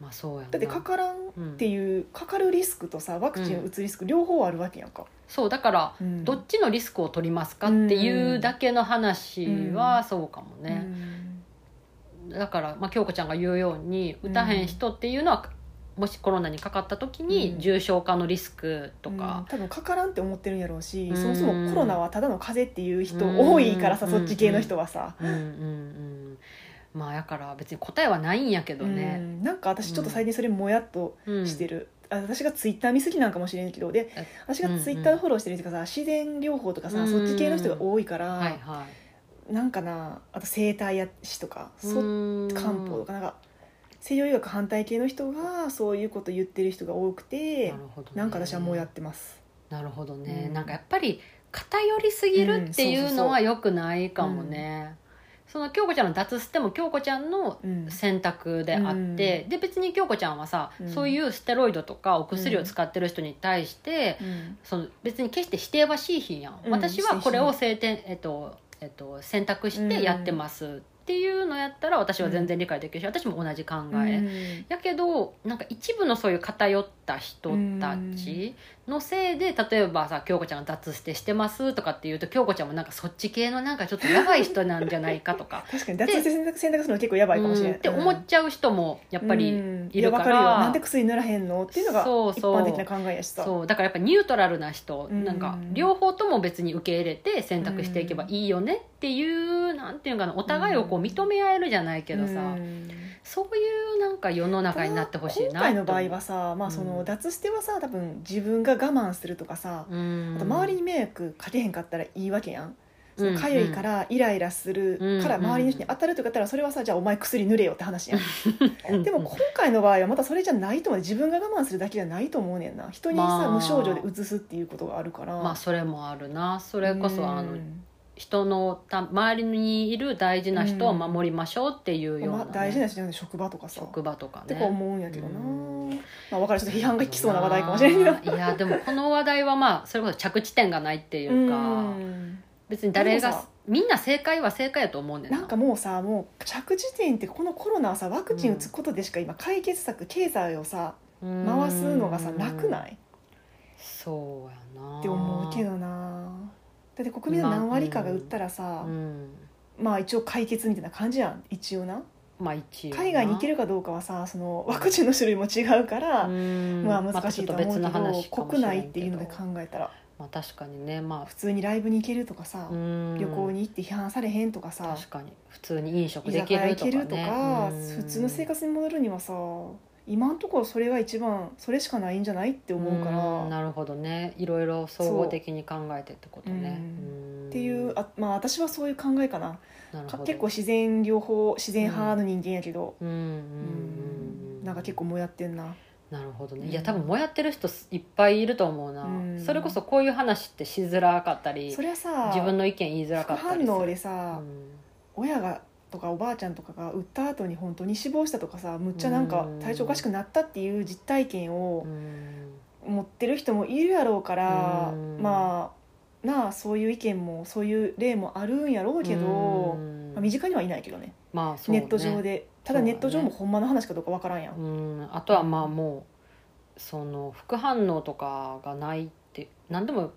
S1: まあそうやな
S2: だってかからんっていう、かかるリスクとさワクチンを打つリスク両方あるわけやんか、
S1: そうだから
S2: うん
S1: どっちのリスクを取りますかっていうだけの話はそうかもね、だから、まあ、京子ちゃんが言うように
S2: うん
S1: 打たへん人っていうのはもしコロナにかかった時
S2: う
S1: に
S2: ん
S1: 重症化のリスクと
S2: うん
S1: か、
S2: 多分かからんって思ってるんやろうし、
S1: うん
S2: そもそもコロナはただの風邪っていう人
S1: うん
S2: 多いからさ、
S1: うん
S2: そっち系の人はさ、
S1: うん、うんうんまあだから別に答えはないんやけど
S2: う
S1: ね、
S2: んなんか私ちょっと最近それもやっと
S1: うん
S2: してる、あ私がツイッター見すぎなんかもしれんけどで
S1: え
S2: 私がツイッターフォローしてる人がさ自然療法とかさ、
S1: うん
S2: そっち系の人が多いから、
S1: はいはい
S2: なんかなあと整体やしとかそ
S1: うん
S2: 漢方とかなんか西洋医学反対系の人がそういうこと言ってる人が多くて
S1: なるほどね
S2: なんか私はもうやってます。
S1: なるほどね、
S2: うん
S1: なんかやっぱり偏りすぎるっていうの
S2: う
S1: は良くないかもね、その京子ちゃんの脱ステも京子ちゃんの
S2: うん
S1: 選択であって、
S2: うん
S1: で別に京子ちゃんはさ、
S2: うん
S1: そういうステロイドとかお薬を使ってる人に対して、
S2: うん
S1: その別に決して否定はしいひんやん、
S2: うん
S1: 私はこれを制定、えっとえっと、選択してやってますっていうのやったら私は全然理解できるし、私も同じ考え、
S2: うん
S1: やけどなんか一部のそういう偏った人たちのせいで例えばさ京子ちゃんが脱してしてますとかって言うと京子ちゃんもなんかそっち系のなんかちょっとやばい人なんじゃないかとか
S2: 確かに脱水選択選択するの結構やばいかもし
S1: う
S2: れなんい。
S1: って思っちゃう人もやっぱり、
S2: うん
S1: いるから
S2: やわるよなんで薬塗らへんのっていうのが一
S1: そうそう
S2: 般的な考えやしさ。
S1: そうだからやっぱニュートラルな人、
S2: うん
S1: なんか両方とも別に受け入れて選択していけばいいよねっていう、なんていうのかなお互いをこう認め合えるじゃないけどさ、
S2: うん
S1: そういうなんか世の中になってほしい
S2: 今
S1: な
S2: 回
S1: と
S2: の場合は
S1: 思
S2: さ、まあ、そうの
S1: ん
S2: 脱してはさ多分自分が我慢するとかさ、
S1: う、うん
S2: あと周りに迷惑かけへんかったらいいわけやん。そ
S1: うん
S2: のかゆいからイライラするから
S1: うん
S2: 周りの人に当たるとかやったらそれはさじゃあお前薬塗れよって話やん
S1: うん
S2: でも今回の場合はまたそれじゃないと思う自分が我慢するだけじゃないと思うねんな人にさ、
S1: まあ
S2: 無症状でうつすっていうことがあるから、
S1: まあそれもあるなそれこ
S2: うん
S1: そあの人のた周りにいる大事な人を守りましょうっていうよう
S2: ま
S1: な
S2: あ
S1: ね、
S2: 大事な人じゃなくて職場とかさ
S1: 職場とか
S2: って
S1: ね
S2: か思うんやけどな、
S1: うん
S2: まあ、分からんちょっと批判がきそうな話題かもしれんけど
S1: いやでもこの話題はまあそれこそ着地点がないっていうか、
S2: うん
S1: 別に誰
S2: で
S1: が
S2: もさ
S1: みんな正解は正解やと思うねんな
S2: なんかもうさもう着地点ってこのコロナはさワクチン打つことでしか今解決策経済をさ回すのがさ楽
S1: い
S2: ない
S1: そうやな
S2: って思うけ、どなだって国民の何割かが打ったらさ
S1: う、ん、
S2: まあ一応解決みたいな感じやん一応な
S1: まあ一応な
S2: 海外に行けるかどうかはさそのワクチンの種類も違うから、
S1: うん
S2: まあ難しいとは思うけど,、
S1: またちょっと別の話かもしれんけど
S2: 国内っていうので考えたら
S1: まあ確かにねま
S2: 普通にライブに行けるとかさ
S1: あ、うん
S2: 旅行に行って批判されへんとかさ
S1: 確かに普通に飲食
S2: 居
S1: で
S2: 酒
S1: き
S2: 屋
S1: る
S2: 行
S1: とか,、
S2: け
S1: ね、
S2: るとか
S1: うん
S2: 普通の生活に戻るにはさ今のところそれが一番それしかないんじゃないって思うから
S1: んなるほどねいろいろ総合的に考えてってことね
S2: そう
S1: うん
S2: っていうあまあ私はそういう考えかな
S1: なる
S2: か
S1: ほど
S2: 結構自然療法自然派の人間やけど、
S1: うんうんうん
S2: なんか結構もやってんな
S1: なるほどね
S2: うん
S1: いや多分もやってる人いっぱいいると思うな、
S2: うん
S1: それこそこういう話ってしづらかったり
S2: それはさ
S1: 自分の意見言いづらか
S2: 副
S1: った
S2: 反
S1: り
S2: 応です
S1: る
S2: さ、
S1: うん
S2: 親がとかおばあちゃんとかが打った後に本当に死亡したとかさむっちゃなんか
S1: うん
S2: 体調おかしくなったっていう実体験を
S1: うん
S2: 持ってる人もいるやろうから
S1: うん
S2: まあなあそういう意見もそういう例もあるんやろうけど、まあ、身近にはいないけどね
S1: まあそう
S2: ネ
S1: ね
S2: ット上でただ
S1: そうだ
S2: ネ
S1: ね
S2: ット上もほんまの話かどうかわからんやん、
S1: うんあとはまあもうその副反応とかがないって何でも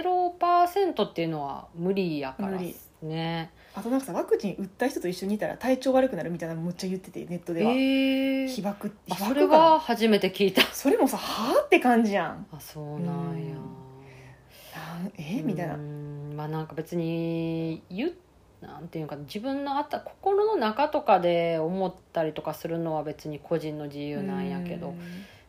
S1: 0%っていうのは無理やから
S2: 無理
S1: ね
S2: あとなんかさワクチン打った人と一緒にいたら体調悪くなるみたいなのむっちゃ言っててネットでは、
S1: え
S2: 被
S1: ー、
S2: 爆
S1: あ
S2: 被
S1: それ
S2: 爆かな
S1: は初めて聞いた
S2: それもさはあって感じやん
S1: あそうなんや
S2: うんなんえみたいな、
S1: うんまあなんか別に言うなんていうか自分のあった心の中とかで思ったりとかするのは別に個人の自由なんやけど、
S2: うん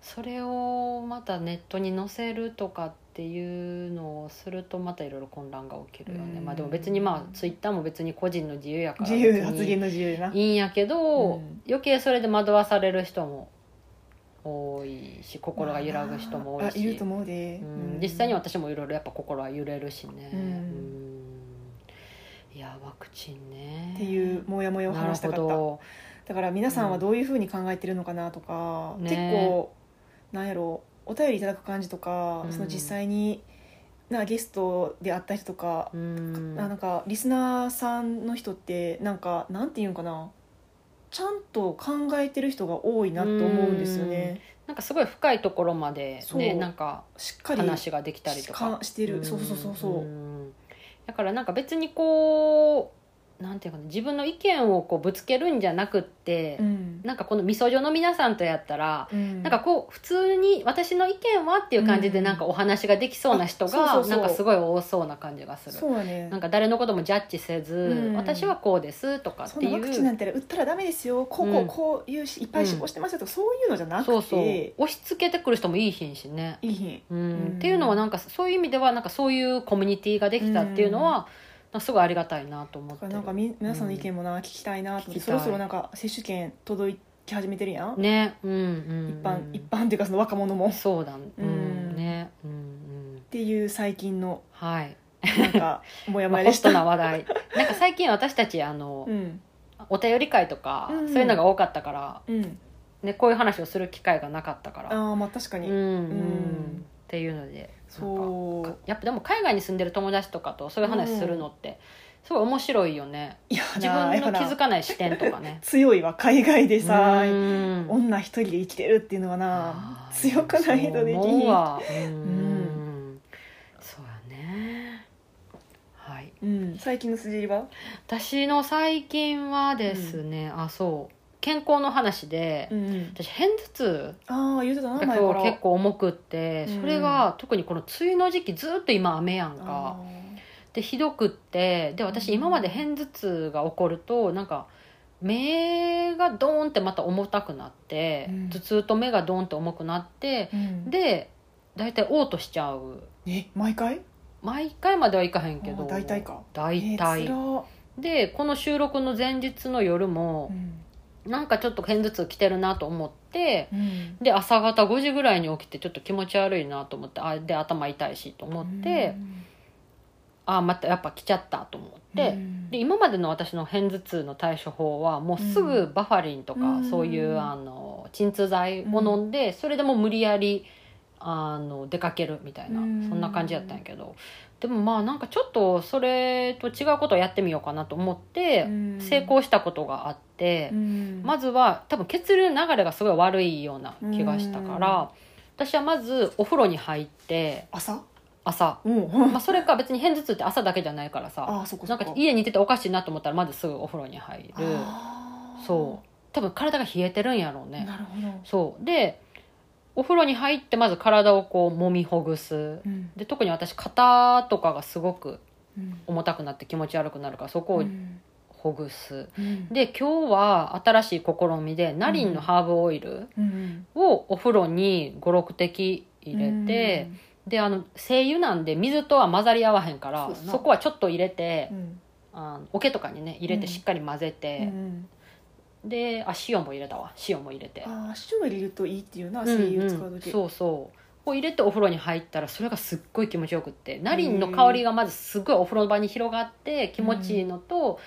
S1: それをまたネットに載せるとかっていうのをするとまたいろいろ混乱が起きるよね、
S2: うん
S1: まあでも別にまあツイッターも別に個人の自由やから
S2: 自由発言の自由やな
S1: 別にいいんやけど、
S2: うん
S1: 余計それで惑わされる人も多いし心が揺らぐ人も多い
S2: あいる
S1: し
S2: と、思うで、
S1: うん
S2: うん
S1: 実際に私もいろいろやっぱ心は揺れるしね、
S2: うん
S1: うんいやワクチンね
S2: っていうモヤモヤを
S1: なる
S2: 話した
S1: ほ
S2: かった
S1: ど
S2: だから皆さんはどういうふうに考えてるのかなとか、
S1: ね
S2: 結構なんやろうお便りいただく感じとか、
S1: うん
S2: その実際になゲストで会った人とか、
S1: うん
S2: あなんかリスナーさんの人ってなんかなんていうんかなちゃんと考えてる人が多いなと思うんですよね、
S1: なんかすごい深いところまで
S2: そう
S1: ねなんか
S2: しっかり
S1: 話ができたりとか
S2: ししてるそうそうそうそう、
S1: んだからなんか別にこうなんていうかな自分の意見をこうぶつけるんじゃなくって、
S2: うん
S1: なんかこのみそじょの皆さんとやったら、
S2: うん
S1: なんかこう普通に私の意見はっていう感じで
S2: うん
S1: なんかお話ができそうな人
S2: あそうそ
S1: が
S2: うそう
S1: なんかすごい多そうな感じがする
S2: そうやね
S1: なんか誰のこともジャッジせず、
S2: うん
S1: 私はこうですとかっ
S2: そ
S1: て
S2: んな
S1: いう
S2: ワクチンなんて打ったらダメですよこうこうこういうしいっぱい死亡してますよとか、そういうのじゃなくて
S1: そうそう押し付けてくる人もいいひんしね
S2: いいひん
S1: うん
S2: うん
S1: っていうのはなんかそういう意味ではなんかそういうコミュニティができたっていうのは、なんかすごいありがたいなと思
S2: だ
S1: っ
S2: か
S1: て
S2: ら
S1: る
S2: なんかみ皆さんの意見もな、聞きたいなと思っ
S1: 聞き
S2: てそ
S1: たい
S2: ろそろなんか接種券届き始めてるやん、
S1: ねうんうん
S2: 一般
S1: うん
S2: 一般っていうかその若者もっ
S1: そうだうん、
S2: うん
S1: ねうんうん
S2: ていう最近の
S1: はい、
S2: なんかもや
S1: まあ、
S2: もや
S1: ホ
S2: でし
S1: ット
S2: た、
S1: な話題 なんか最近私たちあの、
S2: うん
S1: お便り会とか、
S2: うん
S1: そういうのが多かったから、
S2: うん
S1: ね、こういう話をする機会がなかったから
S2: ああまあ確か
S1: うん
S2: に、
S1: うん、
S2: うん
S1: っていうのでなんか
S2: そう
S1: やっぱでも海外に住んでる友達とかとそういう話するのって、すごい面白いよね
S2: いや
S1: 自
S2: な
S1: 分
S2: やっぱ
S1: の気づ
S2: な
S1: かない視点とか ね
S2: 強いわ海外でさ、
S1: うん
S2: 女一人で生きてるっていうのはな
S1: あー
S2: 強くないとでき
S1: そう思う
S2: ひ
S1: わうん
S2: ん
S1: そうやねはい
S2: ん、うん、最近の筋は
S1: 私の最近はですね、あそう健康の話で、
S2: うん
S1: 私片頭痛
S2: ああ言うてたな
S1: が
S2: 前
S1: 今
S2: から
S1: 日結構重くって、
S2: うん
S1: それが特にこの梅雨の時期ずっと今雨やん
S2: あ
S1: かでひどくってで私
S2: うん
S1: 今まで片頭痛が起こるとなんか目がドーンってまた重たくなって、
S2: うん
S1: 頭痛と目がドーンって重くなって、
S2: ー、うん、
S1: で大体嘔吐しちゃう
S2: え毎回
S1: 毎回まではいかへんけ
S2: あ
S1: ど
S2: ー大体か
S1: 大
S2: えー
S1: 体、
S2: 辛っ
S1: でこの収録の前日の夜
S2: う
S1: も、
S2: ん
S1: なんかちょっと片頭痛来てるなと思って
S2: うん
S1: で朝方5時ぐらいに起きてちょっと気持ち悪いなと思ってあで頭痛いしと思って、あまたやっぱ来ちゃったと思って、で今までの私の片頭痛の対処法はもうすぐバファリンとか、
S2: うん
S1: そういうあの鎮痛剤を飲んで、それでもう無理やりあの出かけるみたいな、
S2: うん
S1: そんな感じだったんやけどでもまあなんかちょっとそれと違うことをやってみようかなと思って、成功したことがあって、ま
S2: ず
S1: ずは多分血流の流れがすごい悪いような気がしたから、私はまずお風呂に入って
S2: 朝
S1: 朝、
S2: うん
S1: まあ、それか別に片頭痛って朝だけじゃないからさ
S2: ああそこ
S1: な
S2: そ
S1: んか
S2: こ
S1: 家にいてておかしいなと思ったらまずすぐお風呂に入る
S2: あー
S1: そう多分体が冷えてるんやろうね
S2: なるほど
S1: そうでお風呂に入ってまず体をこう揉みほぐす
S2: うん
S1: で特に私肩とかがすごく
S2: うん
S1: 重たくなって気持ち悪くなるからそこを
S2: うん
S1: ほぐす、
S2: うん
S1: で今日は新しい試みでナリンのハーブオイル
S2: うん
S1: をお風呂に56滴入れて、であの精油なんで水とは混ざり合わへんから
S2: そうやな
S1: そこはちょっと入れて、
S2: うん
S1: あの桶とかにね入れ
S2: う
S1: て
S2: ん
S1: しっかり混ぜ
S2: うんう
S1: て、
S2: ん
S1: であ塩も入れたわ塩も入れて
S2: ああ塩入れるといいっていうな
S1: うんう
S2: 精
S1: ん
S2: 油使う時
S1: そうそうを入れてお風呂に入ったらそれがすっごい気持ちよくってナリンの香りがまずすごいお風呂場に広がって気持ちいいのと、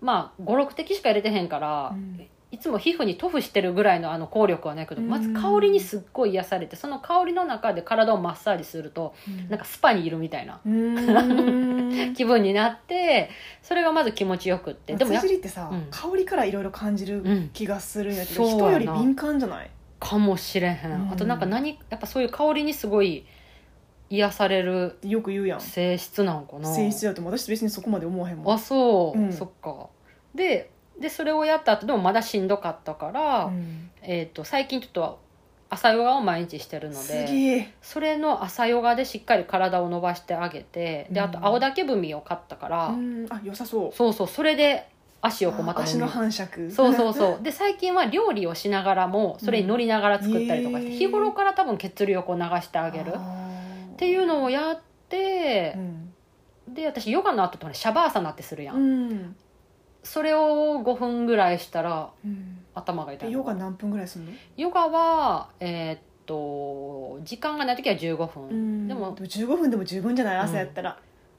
S1: まあ56滴しか入れてへんから、
S2: うん
S1: いつも皮膚に塗布してるぐらいのあの効力はないけどまず香りにすっごい癒されてその香りの中で体をマッサージするとなんかスパにいるみたいな
S2: うーん
S1: 気分になってそれがまず気持ちよくって でもや
S2: 松尻ってさ、
S1: うん
S2: 香りからいろいろ感じ
S1: う
S2: る
S1: ん
S2: 気がするんやけ
S1: う
S2: ど、
S1: んそう
S2: 人よ
S1: やな
S2: り敏感じゃない
S1: かもしれへん、
S2: うん
S1: あとなんか何やっぱそういう香りにすごい癒される
S2: よく言うやん
S1: 性質なんかな
S2: 性質だと思う私別にそこまで思わへんもん
S1: あそう、
S2: うん
S1: そっかででそれをやった後でもまだしんどかったから、
S2: うん
S1: えー、と最近ちょっと朝ヨガを毎日してるの
S2: す
S1: で
S2: げえ
S1: それの朝ヨガでしっかり体を伸ばしてあげてであ
S2: う
S1: と
S2: ん
S1: 青竹踏みを買ったから、
S2: うんあ良さそう
S1: そうそうそれで足をこうま
S2: あ
S1: た
S2: 足
S1: 揉
S2: の
S1: む
S2: 反射
S1: そうそうそうで最近は料理をしながらもそれに乗りながら作ったりとかして、
S2: うん
S1: 日頃から多分血流をこう流して あげるっていうのをやって
S2: う、ん、
S1: で私ヨガの後とねシャバーサナってするやん、
S2: うん
S1: それを5分ぐらいしたら
S2: うん、
S1: 頭が痛
S2: で
S1: い
S2: ヨガ何分ぐらいするの、
S1: ヨガはえーっと時間がない時は15分、
S2: うん、
S1: でも
S2: 15分でも十分じゃない朝やったら、
S1: あ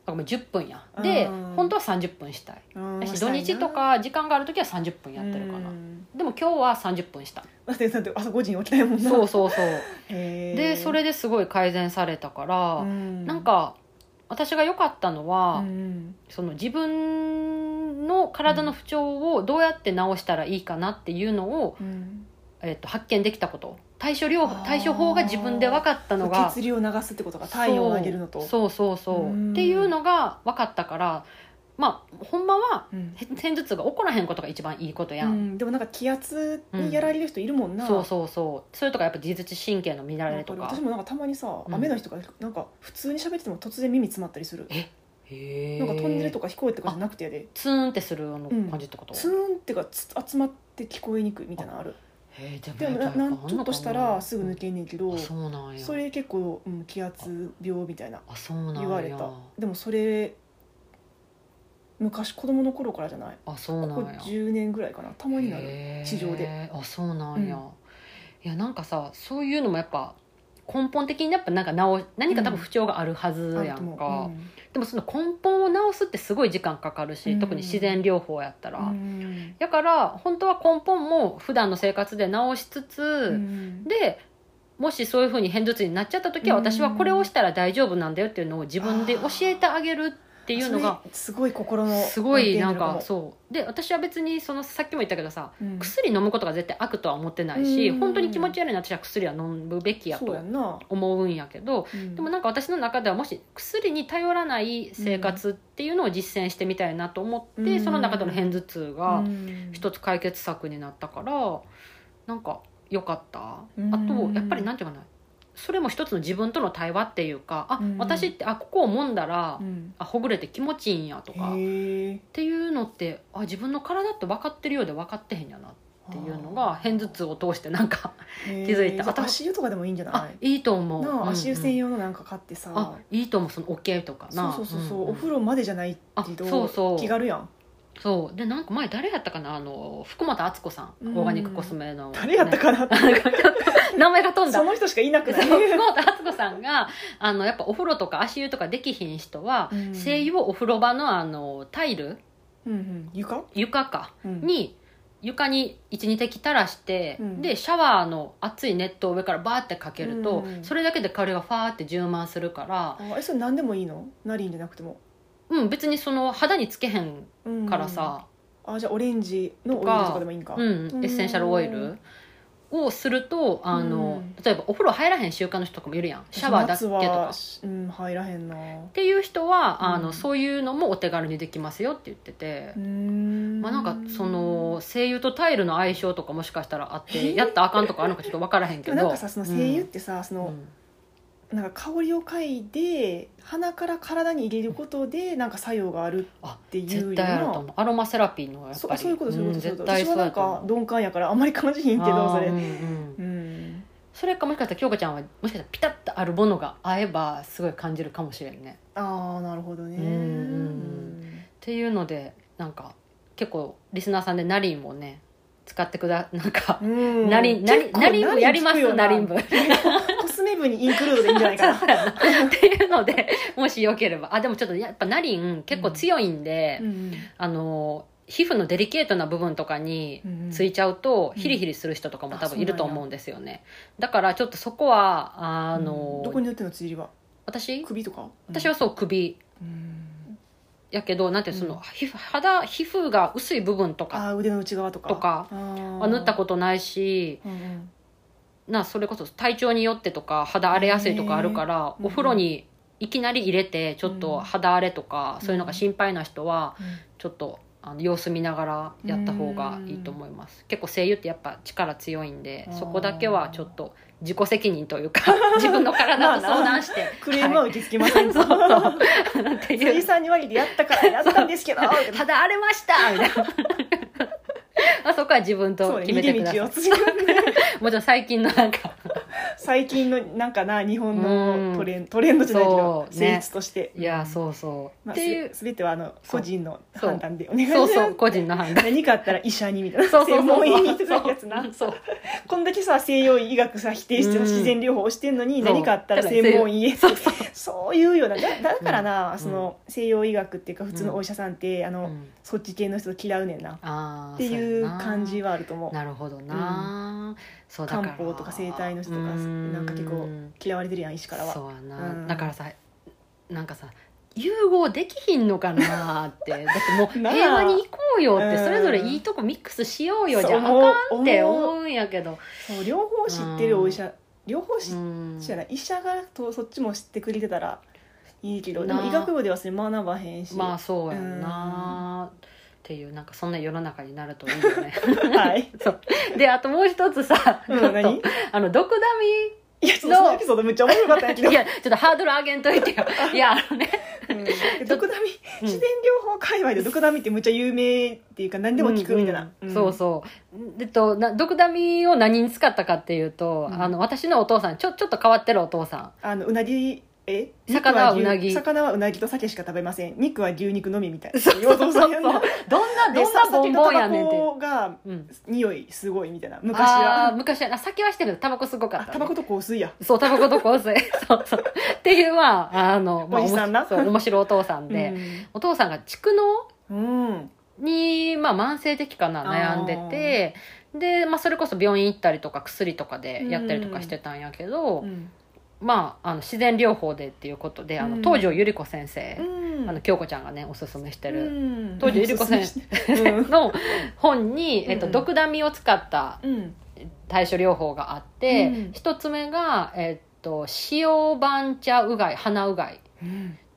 S1: ごめん10分やで
S2: うん
S1: 本当は30分したい
S2: うん
S1: だし土日とか時間がある時は30分やってるかな、
S2: うん
S1: でも今日は30分した
S2: だってだって朝5時に起きたいも んな
S1: そうそうそう
S2: へー
S1: でそれですごい改善されたから、
S2: うん
S1: なんか私が良かったのは、
S2: うん
S1: その自分の体の不調をどうやって治したらいいかなっていうのを、
S2: うん
S1: えっと発見できたこと対処療
S2: あ
S1: 法
S2: ー
S1: 対処法が自分で分かったのが
S2: 血流を流すってことが体温を上げるのと
S1: そうそうそうそう
S2: うん
S1: っていうのが分かったからまあほんまは
S2: うん
S1: へ片頭痛が起こらへんことが一番いいことや、
S2: うんんでもなんか気圧にやられる人いるもんな、
S1: そうそうそうそれとかやっぱ自律神経の乱れと
S2: わ
S1: か
S2: る私もなんかたまにさ
S1: うん
S2: 雨の日とかなんか普通に喋ってても突然耳詰まったりする、
S1: へ
S2: な
S1: ー
S2: んかトンネルとか聞こえとかじゃなくてやで
S1: ツーンってするあの感じってこと、
S2: ツーンってかつ集まって聞こえにくいみたいなのある
S1: へー
S2: でもななんちょっとしたらすぐ抜
S1: け
S2: けんねんけど、
S1: あそうなんや
S2: それ結構、うん、気圧病みたいな
S1: あそうなんや
S2: 言われたでもそれ昔子供の頃からじゃない
S1: あそう
S2: こ
S1: な
S2: こ
S1: んや
S2: 10年ぐらいかなたまになる
S1: へー
S2: 地上で
S1: あそうなんや、
S2: うん
S1: いやなんかさそういうのもやっぱ根本的にやっぱなんか治何か多分不調があるはず
S2: ある
S1: や
S2: と
S1: ん
S2: 思
S1: か、
S2: ううん
S1: でもその根本を治すってすごい時間かかるし、
S2: うん
S1: 特に自然療法やったら、
S2: うん
S1: だから本当は根本も普段の生活で治しつつ、
S2: うん
S1: でもしそういうふうに偏頭痛になっちゃった時は
S2: うん
S1: 私はこれをしたら大丈夫なんだよっていうのを自分で教えてあげるっていうのが
S2: それすごい心の
S1: すごいなん
S2: 安定にる
S1: か
S2: も
S1: そうで私は別にそのさっきも言ったけどさ
S2: うん
S1: 薬飲むことが絶対悪とは思ってないし
S2: うん
S1: 本当に気持ち悪いな私は薬は飲むべきや
S2: そう
S1: と
S2: やんな、
S1: 思うんやけど
S2: うん
S1: でもなんか私の中ではもし薬に頼らない生活っていうのを実践してみたいなと思っ
S2: う
S1: て
S2: ん
S1: その中での偏頭痛が
S2: うん
S1: 一つ解決策になったからなんか良かったあ
S2: うん
S1: とやっぱりなんていうかなそれも一つの自分との対話っていうかあ
S2: うん
S1: 私ってあここを揉んだら
S2: うん
S1: あほぐれて気持ちいいんやとかっ
S2: へえ
S1: ていうのってあ自分の体って分かってるようで分かってへんやなっていうのが偏頭痛を通してなんか
S2: 気
S1: 気づいたあと
S2: 足湯とかでもいいんじゃな
S1: あ
S2: い
S1: いいと思う
S2: なあ足湯専
S1: 用
S2: 用のなんか買ってさ、
S1: あいいと思うそのおけとかな
S2: そうそうそうそう、
S1: んん
S2: お風呂までじゃないけど
S1: あそうそう
S2: 気軽やん
S1: そうでなんか前誰やったかなあの福本敦子さ
S2: うん
S1: んオーガニックコスメの
S2: 誰やった
S1: ね
S2: かなって、
S1: なんかちょっと名前が飛んだ
S2: その人しかいなく
S1: そう
S2: ない
S1: 福本敦子さんがあのやっぱお風呂とか足湯とかできひん人は、
S2: うん
S1: 精油をお風呂場のあのタイル
S2: うんうん床、
S1: 床か
S2: うん
S1: に床に12滴垂らして、
S2: うん
S1: でシャワーの熱い熱湯を上からバーってかけると、
S2: うん
S1: それだけで香りがファーって充満するから、
S2: あえそれ何でもいいのナリンじゃなくても、
S1: うん、別にその肌につけへん
S2: うん
S1: からさ、
S2: あじゃあオレンジのオイルとかでもいいんか
S1: うん
S2: うん
S1: エッセンシャルオイルをするとあの、
S2: うん
S1: 例えばお風呂入らへん習慣の人とかもいるやんシャワーだけと
S2: 夏は
S1: か。
S2: うん、入らへんな
S1: っていう人は、あ
S2: うん
S1: のそういうのもお手軽にできますよって言ってて、
S2: うん
S1: まあ、なんかその精油とタイルの相性とかもしかしたらあっ
S2: え
S1: てやったらあかんとかあるのかちょっと分からへんけ
S2: で
S1: ど
S2: もなんかさその精油ってさ、そ
S1: うんう
S2: の
S1: ん
S2: なんか香りを嗅いで鼻から体に入れることでなんか作用がある
S1: あ
S2: っていうよ
S1: 絶
S2: う
S1: 対あると
S2: な
S1: 思うアロマセラピーのやっ
S2: そ
S1: ぱ
S2: あ
S1: り
S2: そういうことそういうこ
S1: ん
S2: とそうい
S1: 絶
S2: うこと
S1: 対
S2: 私
S1: そ
S2: は
S1: う
S2: なん
S1: やと
S2: か
S1: 思う
S2: 鈍感やからあんまり感じひんけど
S1: あー
S2: それ
S1: うんうん
S2: うん
S1: それかもしかしたら京子ちゃんはもしかしたらピタッとあるものが合えばすごい感じるかもしれんね
S2: ああなるほどね
S1: うんっていうのでなんか結構リスナーさんでナリンをね使ってくだ なんか、
S2: うん
S1: ナリンナリン
S2: 結構
S1: ナリン部やりま
S2: ナリンつく
S1: す
S2: よな
S1: ナリン部
S2: コスメ部にインクルードでいいんじゃないかな
S1: そうやなっていうのでもしよければあでもちょっとやっぱナリン結構強いんで、
S2: うん
S1: あの皮膚のデリケートな部分とかについちゃうと、ヒリヒリする人とかも多分いると思うんですよね、だからちょっとそこはあの、
S2: どこに塗ってんの辻りは
S1: 私
S2: 首とか
S1: 私はそう首
S2: うん
S1: やけどなんていうのその、
S2: うん
S1: 皮膚肌皮膚が薄い部分とか
S2: あー腕の内側とか
S1: とか
S2: あー
S1: は塗ったことないし
S2: うんうん
S1: なそれこそ体調によってとか肌荒れやすいとかあるから、
S2: うん
S1: お風呂にいきなり入れてちょっと肌荒れとか、
S2: うん
S1: そういうのが心配な人はちょっとあの様子見ながらやった方がいいと思います、結構声優ってやっぱ力強いんで
S2: あー
S1: そこだけはちょっと自己責任というか自分の体と相談して
S2: クレームは
S1: はい
S2: 受け付けませ ん
S1: そう
S2: と
S1: そうなんてい
S2: 辻
S1: う
S2: さんに 割りでやったからやったんですけどみたいな
S1: 肌荒れましたみたいなあそこは自分
S2: そ
S1: と
S2: うね
S1: 決
S2: 逃
S1: め
S2: げ
S1: てください、
S2: 道を 辻さんね
S1: もちろん最近のなんか
S2: 最近のなんかな日本
S1: う
S2: の
S1: ん
S2: トレントレンドじゃないけど
S1: そうね
S2: 性質として
S1: いやそうそう、
S2: まあ
S1: っていう
S2: すべてはあの
S1: そう
S2: 個人の
S1: そう
S2: 判断でお願いし
S1: そ
S2: ま
S1: う
S2: す
S1: そう個人の判断
S2: 何かあったら医者にみたいな
S1: そうそうそう
S2: 専門医にってたやつな
S1: そう
S2: こんだけさ西洋医学さ否定して
S1: うん
S2: さ自然療法をしてんのに
S1: そう
S2: 何かあったら専門医へ
S1: そうそう、
S2: そういうようなだだからな、
S1: うん
S2: その西洋医学っていうか普通のお医者さんって、あ
S1: う
S2: の、
S1: ん、
S2: そっち系の人嫌うねんなっ
S1: ああ
S2: ていう感じはあると思う
S1: なるほどな、そうだから
S2: 漢方とか整体の人とか
S1: うん
S2: なんか結構嫌われてるやん医師からは
S1: そうやな、
S2: うん
S1: だからさなんかさ融合できひんのかなって だってもう
S2: なあ
S1: 平和に行こうよって
S2: うん
S1: それぞれいいとこミックスしようよじゃあ
S2: そう
S1: あかんって
S2: 思う
S1: 思うんやけど
S2: そう両方知ってるお医者両方知っ
S1: うん
S2: じゃない医者がとそっちも知ってくれてたらいいけどでも
S1: なあ
S2: 医学部ではそれ学ばへんし、
S1: まあそうやんなっていうなんかそんな世の中になるといいよね
S2: はい、
S1: そうであともう一つさ、
S2: うん、
S1: ちょっ
S2: 何
S1: とあの毒ダ
S2: いやちょっとそのエピソードめっちゃ面白かったんやけ
S1: ミ
S2: ど
S1: いやちょっとハードル上げんといて よいやあのね
S2: うん毒ダミ
S1: うん
S2: 自然療法界隈で毒ダミってむっちゃ有名っていうか何でも聞くみたいな、
S1: うんうんそうそうえっとな毒ダミを何に使ったかっていうと、
S2: うん
S1: あの私のお父さんちょちょっと変わってるお父さ
S2: あのうなぎえ
S1: 魚は
S2: 肉牛
S1: うなぎ
S2: 魚はうなぎと鮭しか食べません肉は牛肉のみみたい
S1: ん
S2: な
S1: そうそうそうそうどんな
S2: で
S1: どんな
S2: さ
S1: ボンボンやねんっ
S2: 酒と
S1: て
S2: タバコが
S1: うん
S2: 匂いすごいみたいな昔
S1: あー
S2: は
S1: 昔はあ酒はしてるけどタバコすごかった
S2: あ
S1: ね、
S2: タバコと香水や
S1: そうタバコと香水そうそうっていうまああの、まあ、
S2: おじさんな
S1: 面白そう面白いお父さんで、お父さんが蓄能
S2: うん、うん
S1: に、まあ、慢性的かな悩んでてで、まあ、それこそ病院行ったりとか薬とかでやったりとかしてたんやけど、
S2: うん
S1: まあ、あの自然療法でっていうことであの
S2: うん
S1: 東條ゆり子先生、あの
S2: の
S1: 京子ちゃんがねおすすめしてる
S2: うん
S1: 当時ゆり子さん
S2: うん
S1: の本に、えっと、
S2: うん
S1: 毒ダミを使った
S2: うん
S1: 対処療法があって、
S2: うん
S1: 一つ目が、えっと、塩番茶うがい鼻うがい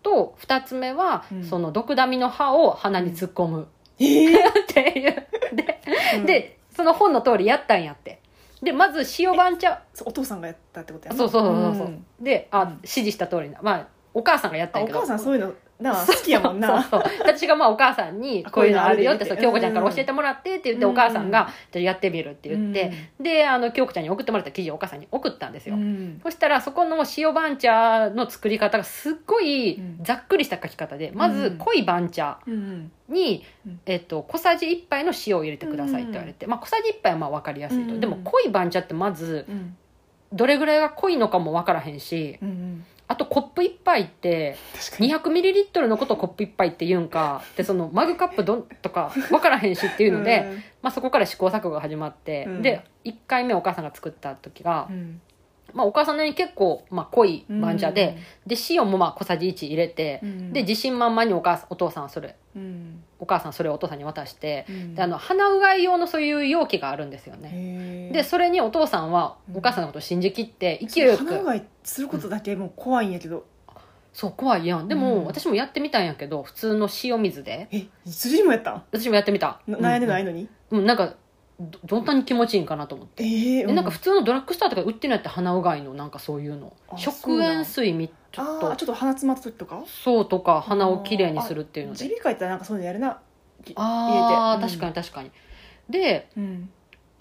S1: と二つ目は、
S2: うん
S1: その毒ダミの歯を鼻に突っ込む
S2: えー
S1: っていう、
S2: うん
S1: でその本の通りやったんやってでまず塩番茶
S2: そうお父さんがやったってことやな
S1: そうそうそうそう、
S2: ん
S1: であ、
S2: うん
S1: 指示した通りなまあお母さんがやった
S2: あ
S1: んや
S2: お
S1: けど
S2: 母さんそういうのな好きやもん な
S1: そうそう私がまあお母さんに
S2: あ
S1: こういうのあるよって
S2: こ
S1: そうう
S2: いうの
S1: 京子
S2: あるよって
S1: ちゃんから教えてもらってって言って、
S2: うん
S1: お母さんが「じゃあやってみる」って言って、であの京子ちゃんに送ってもらった記事をお母さんに送ったんです
S2: う
S1: よ、
S2: んうん
S1: そしたらそこの塩番茶の作り方がすっごい
S2: うん
S1: ざっくりした書き方でま
S2: う
S1: ず
S2: ん
S1: 濃い番茶
S2: うん
S1: に
S2: うん、
S1: えっと、小さじ1杯の塩を入れてくださいって言われて、まあ、小さじ1杯はまあ分かりやすいと、
S2: うん
S1: でも濃い番茶ってまず
S2: うん
S1: どれぐらいが濃いのかも分からへんし
S2: うんうん
S1: あとコップ1杯って
S2: 確かに
S1: 200ml のことをコップ1杯って言うんかでそのマグカップどんとか分からへんしっていうので、まあ、そこから試行錯誤が始まって、
S2: うん
S1: で1回目お母さんが作った時が
S2: う、ん
S1: まあ、お母さんのに結構、まあ、濃い
S2: うん
S1: 番茶で,、で塩もまあ小さじ1入れて
S2: う、ん
S1: で自信満々にお母さんお父さんはそれ
S2: うん
S1: お母さんそれをお父さんに渡して、
S2: うん
S1: であの鼻うがい用のそういう容器があるんですよね、
S2: へー
S1: でそれにお父さんはお母さんのことを信じきって勢いよく
S2: 鼻うがいすることだけもう怖いんやけど
S1: そう怖いやんでも、
S2: うん
S1: 私もやってみたんやけど普通の塩水で
S2: え辻もやったん
S1: 私もやってみた
S2: な悩んでない
S1: い、
S2: のに
S1: うんうんなんかどどんなに気持ちいいんかなと思って、
S2: ええ
S1: えなんか普通のドラッグストアとか売ってないって鼻うがいのなんかそういうの
S2: あ
S1: 食塩水みち
S2: ち
S1: ょ
S2: ょ
S1: っ
S2: っ
S1: と
S2: とちょっと鼻詰まった時とか
S1: そうとか鼻をきれいにするっていうの
S2: 耳
S1: で
S2: 鼻科行ったらなんかそういうのやるな
S1: ああ
S2: 入れて
S1: 確かに確かにで
S2: うん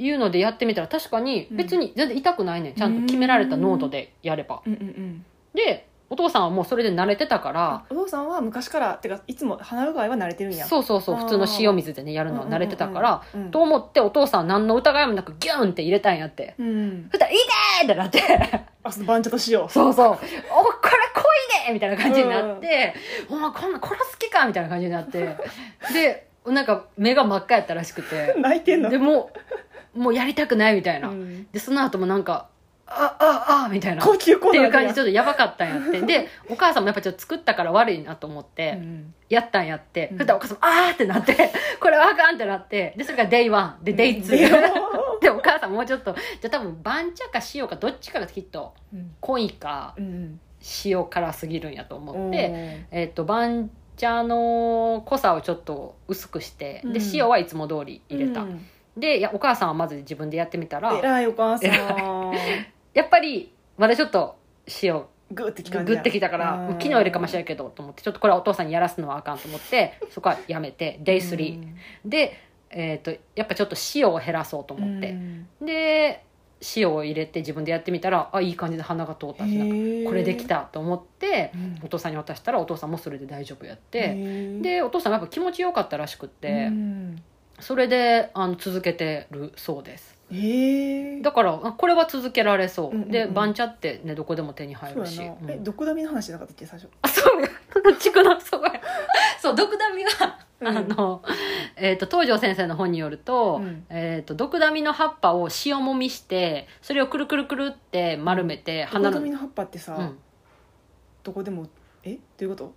S1: いうのでやってみたら確かに
S2: うん
S1: 別に全然痛くないねんちゃんと決められた濃度でやれば
S2: うんうんうん
S1: でお父さんはもうそれで慣れてたか
S2: あ
S1: ら
S2: お父さんは昔からてかいつも鼻うがいは慣れてるんや
S1: そうそうそう
S2: あー
S1: 普通の塩水でねやるのは慣れてたから
S2: うんうんうん
S1: と思ってお父さん何の疑いもなくギュンって入れたんやって
S2: うんうん
S1: そしたら「痛い!」ってなって
S2: あその番茶と塩
S1: そうそう「おこれ来いで!」みたいな感じになって「お前こんな殺す気か!」みたいな感じになってでなんか目が真っ赤やったらしくて
S2: 泣いてんの
S1: でもうもうやりたくないみたいな、
S2: うん
S1: でその後もなんか「あああみたいな
S2: 高
S1: っ
S2: 級コー
S1: て
S2: ナー
S1: いう感じち
S2: ょ
S1: ょっとやばかったんやってでお母さんもやっぱちょっと作ったから悪いなと思って、やったんやって、
S2: うん
S1: そしたらお母さんも「あー」ってなって 「これはあかん」ってなってでそれが Day1 で Day2
S2: う
S1: でお母さんもうちょっとじゃあ多分番茶か塩かどっちかがきっと
S2: ん
S1: 濃いか
S2: うん
S1: 塩辛すぎるんやと思
S2: う
S1: っ
S2: ん
S1: て、えっと番茶の濃さをちょっと薄くしてで
S2: うん
S1: 塩はいつも通り入れた、
S2: うん
S1: でいやお母さんはまず自分でやってみたら
S2: 偉いお母さん
S1: やっぱりまだちょっと塩
S2: グーってきたんだ
S1: グッてきたからもう昨日よりかもしれんけどと思ってちょっとこれはお父さんにやらすのはあかんと思ってそこはやめて Day3、
S2: うん
S1: で、えー、とやっぱちょっと塩を減らそうと思って、で塩を入れて自分でやってみたらあいい感じで鼻が通ったしなんかこれできたと思ってお父さんに渡したらお父さんもそれで大丈夫やって、でお父さんもやっぱ気持ちよかったらしくて、それであの続けてるそうです
S2: え
S1: だからあこれは続けられそう、
S2: うんうんうん
S1: で番茶ってねどこでも手に入
S2: そ
S1: る
S2: う
S1: し
S2: やな
S1: うん
S2: え毒ダミの話じゃなかったっけ最初
S1: あそうや 地区のそうやそうドクダミは、
S2: うん
S1: あの、えー、と東條先生の本によると、
S2: うん
S1: えー、とドクダミの葉っぱを塩もみしてそれをくるくるくるって丸めて鼻
S2: 毒
S1: の
S2: ダミの葉っぱってさ、
S1: うん、
S2: どこでもえどういうこと、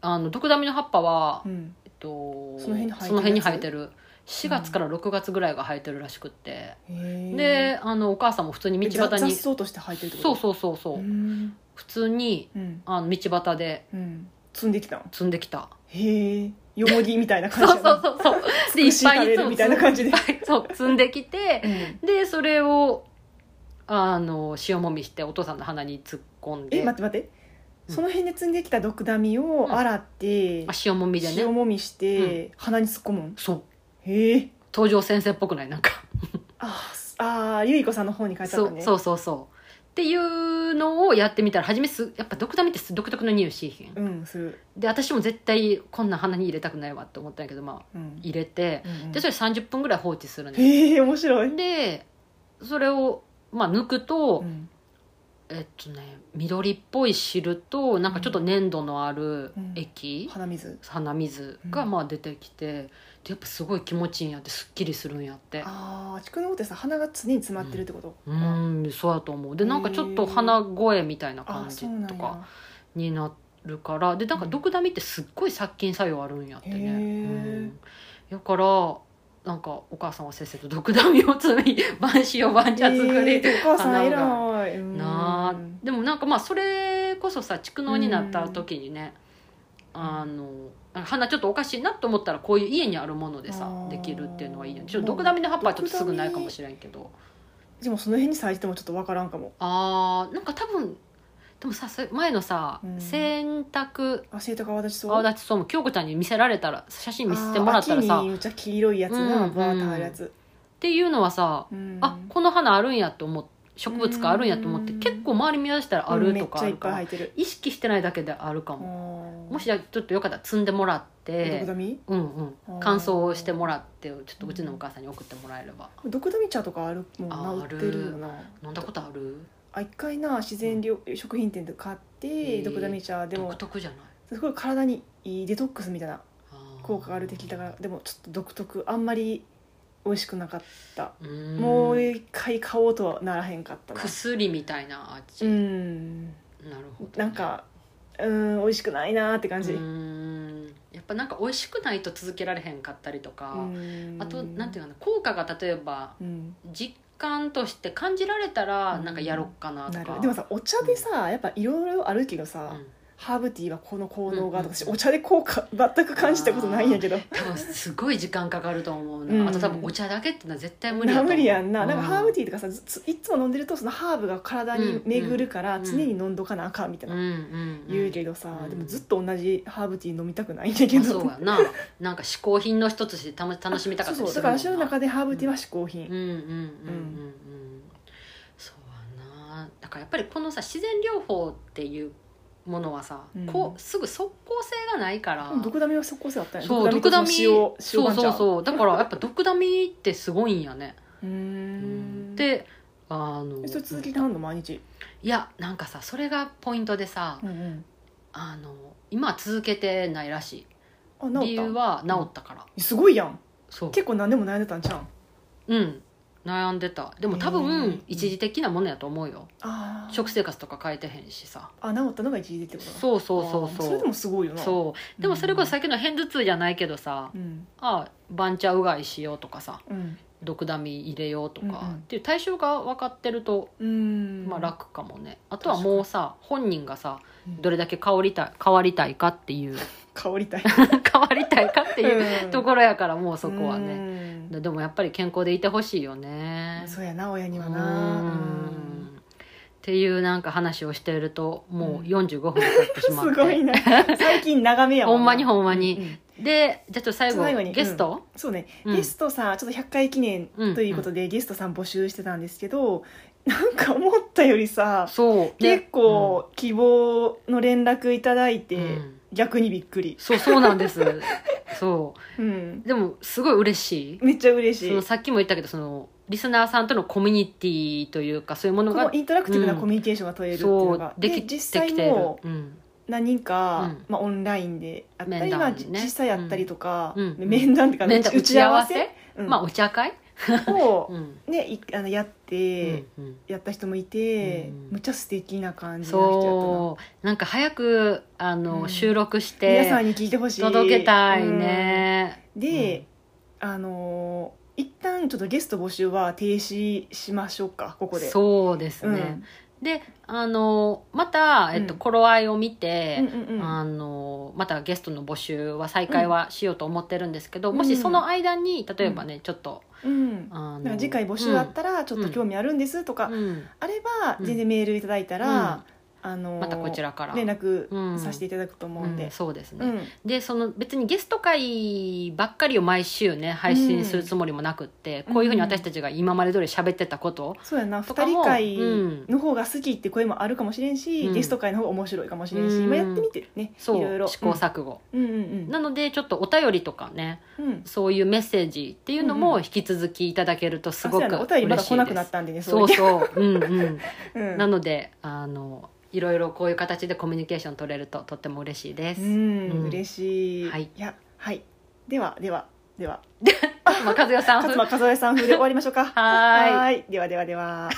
S1: あのドクダミの葉っぱは、
S2: うん、
S1: えっと、
S2: その辺に生えてるやつ
S1: その辺に生えてる4月から6月ぐらいが生えてるらしくって、
S2: へー
S1: であのお母さんも普通に道
S2: ざ
S1: 端
S2: 雑
S1: に
S2: 草として生えてるって
S1: そう
S2: う
S1: そうそうそう、
S2: ん
S1: 普通に
S2: うん
S1: あの道端で
S2: うん積んできたの
S1: 摘んできた
S2: へえよもぎみたいな
S1: そ
S2: 感
S1: う
S2: じ
S1: そう
S2: やな
S1: そうそうでい
S2: 美
S1: っ
S2: し
S1: ぱいに
S2: 食べるみたいな感じで
S1: いっぱい そう摘んできて
S2: うん
S1: でそれをあの塩もみしてお父さんの鼻に突っ込んで
S2: え待って待って
S1: うん
S2: その辺で積んできた毒ダミ
S1: うん
S2: を洗って、
S1: あ塩もみで
S2: 塩
S1: ね
S2: もみして、鼻に突っ込むん
S1: そう
S2: へえ
S1: 東條先生っぽくないなんか、
S2: あーすあーゆいこさんの方に書いてあっ
S1: そ
S2: た
S1: う
S2: ね
S1: そううそうそうっていうのをやってみたら初めすやっぱ独特見って独特の匂いしひん
S2: うんする、
S1: で私も絶対こんなん鼻に入れたくないわって思ったんやけどまあ
S2: うん、
S1: 入れて
S2: うんうん
S1: でそれ30分ぐらい放置するね
S2: へえ面白い、
S1: でそれをまあ抜くと、
S2: ん
S1: えっとね緑っぽい汁となんかちょっと粘度のある液、
S2: 鼻水
S1: 鼻水が
S2: うん
S1: まあ出てきて、でやっぱすごい気持ちいいんやってすっきりするんやって
S2: ああ菊の子ってさ鼻が常に詰まってるってこと、
S1: うーんそうやと思うでなんかちょっと
S2: へー
S1: 鼻声みたいな
S2: あ
S1: 感
S2: ー
S1: じ
S2: そうなん
S1: と
S2: や
S1: かになるからでなんか
S2: うん
S1: 毒ダミってすっごい殺菌作用あるんやってね、
S2: へー
S1: うんだからなんかお母さんはせっせと毒ダミを積み 晩塩晩茶作り、
S2: えーお母さん
S1: 鼻う
S2: 偉いうん
S1: なあでもなんかまあそれこそさ蓄能になった時にね、
S2: ん
S1: あの花ちょっとおかしいなと思ったらこういう家にあるもので
S2: あ
S1: さ
S2: ー
S1: できるっていうのはいいよねちょっと毒ダミの葉っぱはちょっとすぐないかもしれんけど
S2: でもその辺に咲いてもちょっとわからんかも
S1: あーなんか多分でもさせ前のさ、
S2: うん
S1: 洗濯
S2: あ生徒が私そう
S1: 泡立ちそうも京子ちゃんに見せられたら写真見せてもらったら
S2: あー
S1: さ
S2: 秋
S1: っ
S2: にうちゃ黄色いやつな、
S1: うん
S2: バーターあるやつ、
S1: ていうのはさ、
S2: うん
S1: あこの花あるんやと思って植物があるんやと思って、
S2: うん
S1: 結構周り見出したらあるとかあ
S2: めっちゃい
S1: る
S2: っ
S1: か
S2: ぱ
S1: ら
S2: い、入ってる
S1: 意識してないだけであるかも。も
S2: も
S1: しじゃあちょっとよかったら積んでもらっ
S2: 毒
S1: て
S2: ダ、ミ
S1: うんう
S2: あ
S1: ん、
S2: ー
S1: 乾燥をしてもらってちょっとうちのお母さんに送ってもらえれば、
S2: 毒ダミ茶とかあるもん
S1: あ
S2: な
S1: ー
S2: 売ってるよな
S1: 飲んだことある
S2: あ一回な自然料食品店で買って
S1: ー
S2: 毒ダミ茶でも
S1: 独特じゃない
S2: すごい体にいいデトックスみたいな
S1: あー
S2: 効果があるって聞いたからでもちょっと独特あんまり美味しくなかった
S1: うーん
S2: もう一回買おうとはならへんかったな
S1: 薬みたいな味、
S2: うん
S1: なるほどね、
S2: なんかうん美味しくないなーって感じ
S1: うーんやっぱなんか美味しくないと続けられへんかったりとか、あとなんていううかな効果が例えば
S2: うん
S1: 実感として感じられたら
S2: うん
S1: なんかやろっかなと
S2: な
S1: か、
S2: るでもさお茶でさやっぱいろいろあるけどさ、
S1: うん
S2: ハーブティーはこの効能がとかし
S1: うん
S2: お茶で効果全く感じたことないんやけど
S1: 多分すごい時間かかると思うな、
S2: うん
S1: あと多分お茶だけってのは絶対無理
S2: な
S1: と思う
S2: 無理やんななんかハーブ
S1: ィ
S2: ティーとかさずついつも飲んでるとそのハーブが体に巡るから
S1: うん
S2: 常に飲んどかなあかんみたい
S1: うん
S2: な
S1: うんうん、
S2: 言うけどさ
S1: うん
S2: でもずっと同じハーブティー飲みたくないんやけ
S1: まあ
S2: ど
S1: そうやななんか嗜好品の一つとしてたま楽しみたかった
S2: そ
S1: り
S2: うそ
S1: す
S2: うだ
S1: る
S2: か
S1: もんな
S2: ら私の中でハーブティーは嗜好品
S1: うんうんうんうんうんそうやなだからやっぱりこのさ自然療法っていうものはさ、
S2: うん
S1: こうすぐ即効性がないから
S2: でも毒ダミは即効性あったよね
S1: そう毒ダミ
S2: と塩
S1: そ
S2: 塩
S1: う
S2: 番茶
S1: そうそうだからやっぱ毒ダミってすごいんやね、
S2: うーん
S1: であの
S2: えそれ続きてはんの毎日
S1: いやなんかさそれがポイントでさ、
S2: うんうん
S1: あの今は続けてないらしい
S2: あ
S1: 理
S2: 治っ
S1: 由は治ったから、
S2: たすごいやん
S1: そう
S2: 結構何でも悩んでたんじゃん
S1: うん悩んでたでも多
S2: う
S1: 分
S2: ん
S1: 一時的なものやと思うよ
S2: あー
S1: 食生活とか変えてへんしさ
S2: あ治ったのが一時でってことう
S1: そうそうそうそう
S2: それでもすごいよなう
S1: そうでもそれこそさっきの片頭痛じゃないけどさ、
S2: うん
S1: ああ番茶うがいしようとかさ
S2: うん
S1: 毒ダミ入れようとか、
S2: うんうん
S1: っていう対象が分かってると、
S2: うん
S1: まあ、楽かもねあとはもうさ本人がさ
S2: うん
S1: どれだけ変わりたい変わりたいかって いう
S2: 香りたい
S1: 変わりたいかっていう
S2: う
S1: と
S2: ろ
S1: ころやからもうそこはね、
S2: ね
S1: でもやっぱり健康でいてほしいよね
S2: そうやな親には
S1: う
S2: なん
S1: っていうなんか話をしているともううん45分経ってし
S2: うん
S1: まって、
S2: すごいな最近長めやも
S1: ほんまにほんまに
S2: ううん
S1: でじゃあちょっと最後
S2: 最後に
S1: ゲスト、
S2: そうね
S1: うん
S2: ゲストさちょっと100回記念
S1: うん
S2: ということでゲストさん募集してたんですけどなんか思ったよりさ
S1: そうで
S2: 結構希望の連絡いただい
S1: うんう
S2: て
S1: ん
S2: 逆にびっくり
S1: そうそうなんですそ
S2: うん
S1: うでもすごい嬉し い
S2: めっちゃ嬉し
S1: その
S2: い
S1: さっきも言ったけどそのリスナーさんとのコミュニティというかそういうもの
S2: こ
S1: が
S2: のインタラクティブなコミュニケーションが取れるっていうの
S1: そう
S2: が
S1: で
S2: で
S1: きて
S2: 実
S1: きて
S2: 際
S1: る
S2: も、
S1: うん、
S2: 何人
S1: う
S2: か
S1: ん
S2: まあオンラインであったり
S1: 面談
S2: まあ
S1: ね
S2: 実際あったりとか
S1: うんうん
S2: 面談ってか
S1: 面談打ち合わせ、
S2: うん
S1: まあお茶会、
S2: を
S1: うん
S2: ねいあのやって
S1: うんうん
S2: やった人もいて
S1: うん
S2: むっちゃ素敵な感じの人やったな
S1: そうなんか早くあの、
S2: うん
S1: 収録し
S2: 皆さ
S1: て
S2: んに聞いてほしい
S1: 届けたい、ね、
S2: うんで、あのー一旦ちょっとゲスト募集は停止しましょうかここでう
S1: そうですね、であのまた、えっと
S2: うん
S1: 頃合いを見
S2: ん
S1: て、
S2: うんうんうん
S1: あのまたゲストの募集は再開はしようと思ってるんですけど、
S2: うん
S1: もしその間に例えばね、ちょっと
S2: うん
S1: あ
S2: なん
S1: の
S2: か次回募集あったらちょっと興味あるんですとか、
S1: うんうん
S2: あれば
S1: うん
S2: 全然メールいただいたら、あのー
S1: またこちらから
S2: 連絡
S1: うん
S2: させていただくと思うん
S1: うん
S2: で、
S1: そうです
S2: う
S1: ね、
S2: ん
S1: でその別にゲスト会ばっかりを毎週ね配信するつもりもなくって、
S2: うん
S1: こういうふうに私たちが今まで通り喋ってたこと、
S2: そうやな
S1: と
S2: 2
S1: か
S2: 人
S1: も
S2: 会
S1: うん
S2: の方が好きって声もあるかもしれんし、
S1: うん
S2: ゲスト会の方が面白いかもしれんし、
S1: うん
S2: 今やってみてね
S1: そう
S2: いろいろ
S1: 試行錯誤、
S2: うんうんうん
S1: なのでちょっとお便りとかね
S2: うん
S1: そういうメッセージっていうの
S2: うん
S1: も引き続きいただけるとすごく
S2: あそうやな
S1: 嬉
S2: お
S1: しい
S2: 便りま
S1: で
S2: だ
S1: す、
S2: 来なくなったんでね
S1: そう
S2: れで
S1: そううんうん、
S2: うん
S1: なのであのいろいろこういう形でコミュニケーション取れるととっても嬉しいです、
S2: うん、
S1: うん
S2: 嬉しい、
S1: はい
S2: やはいではではでは
S1: まあ和代さん
S2: 勝間和代さん風で終わりましょう か
S1: はーい
S2: ーいではではでは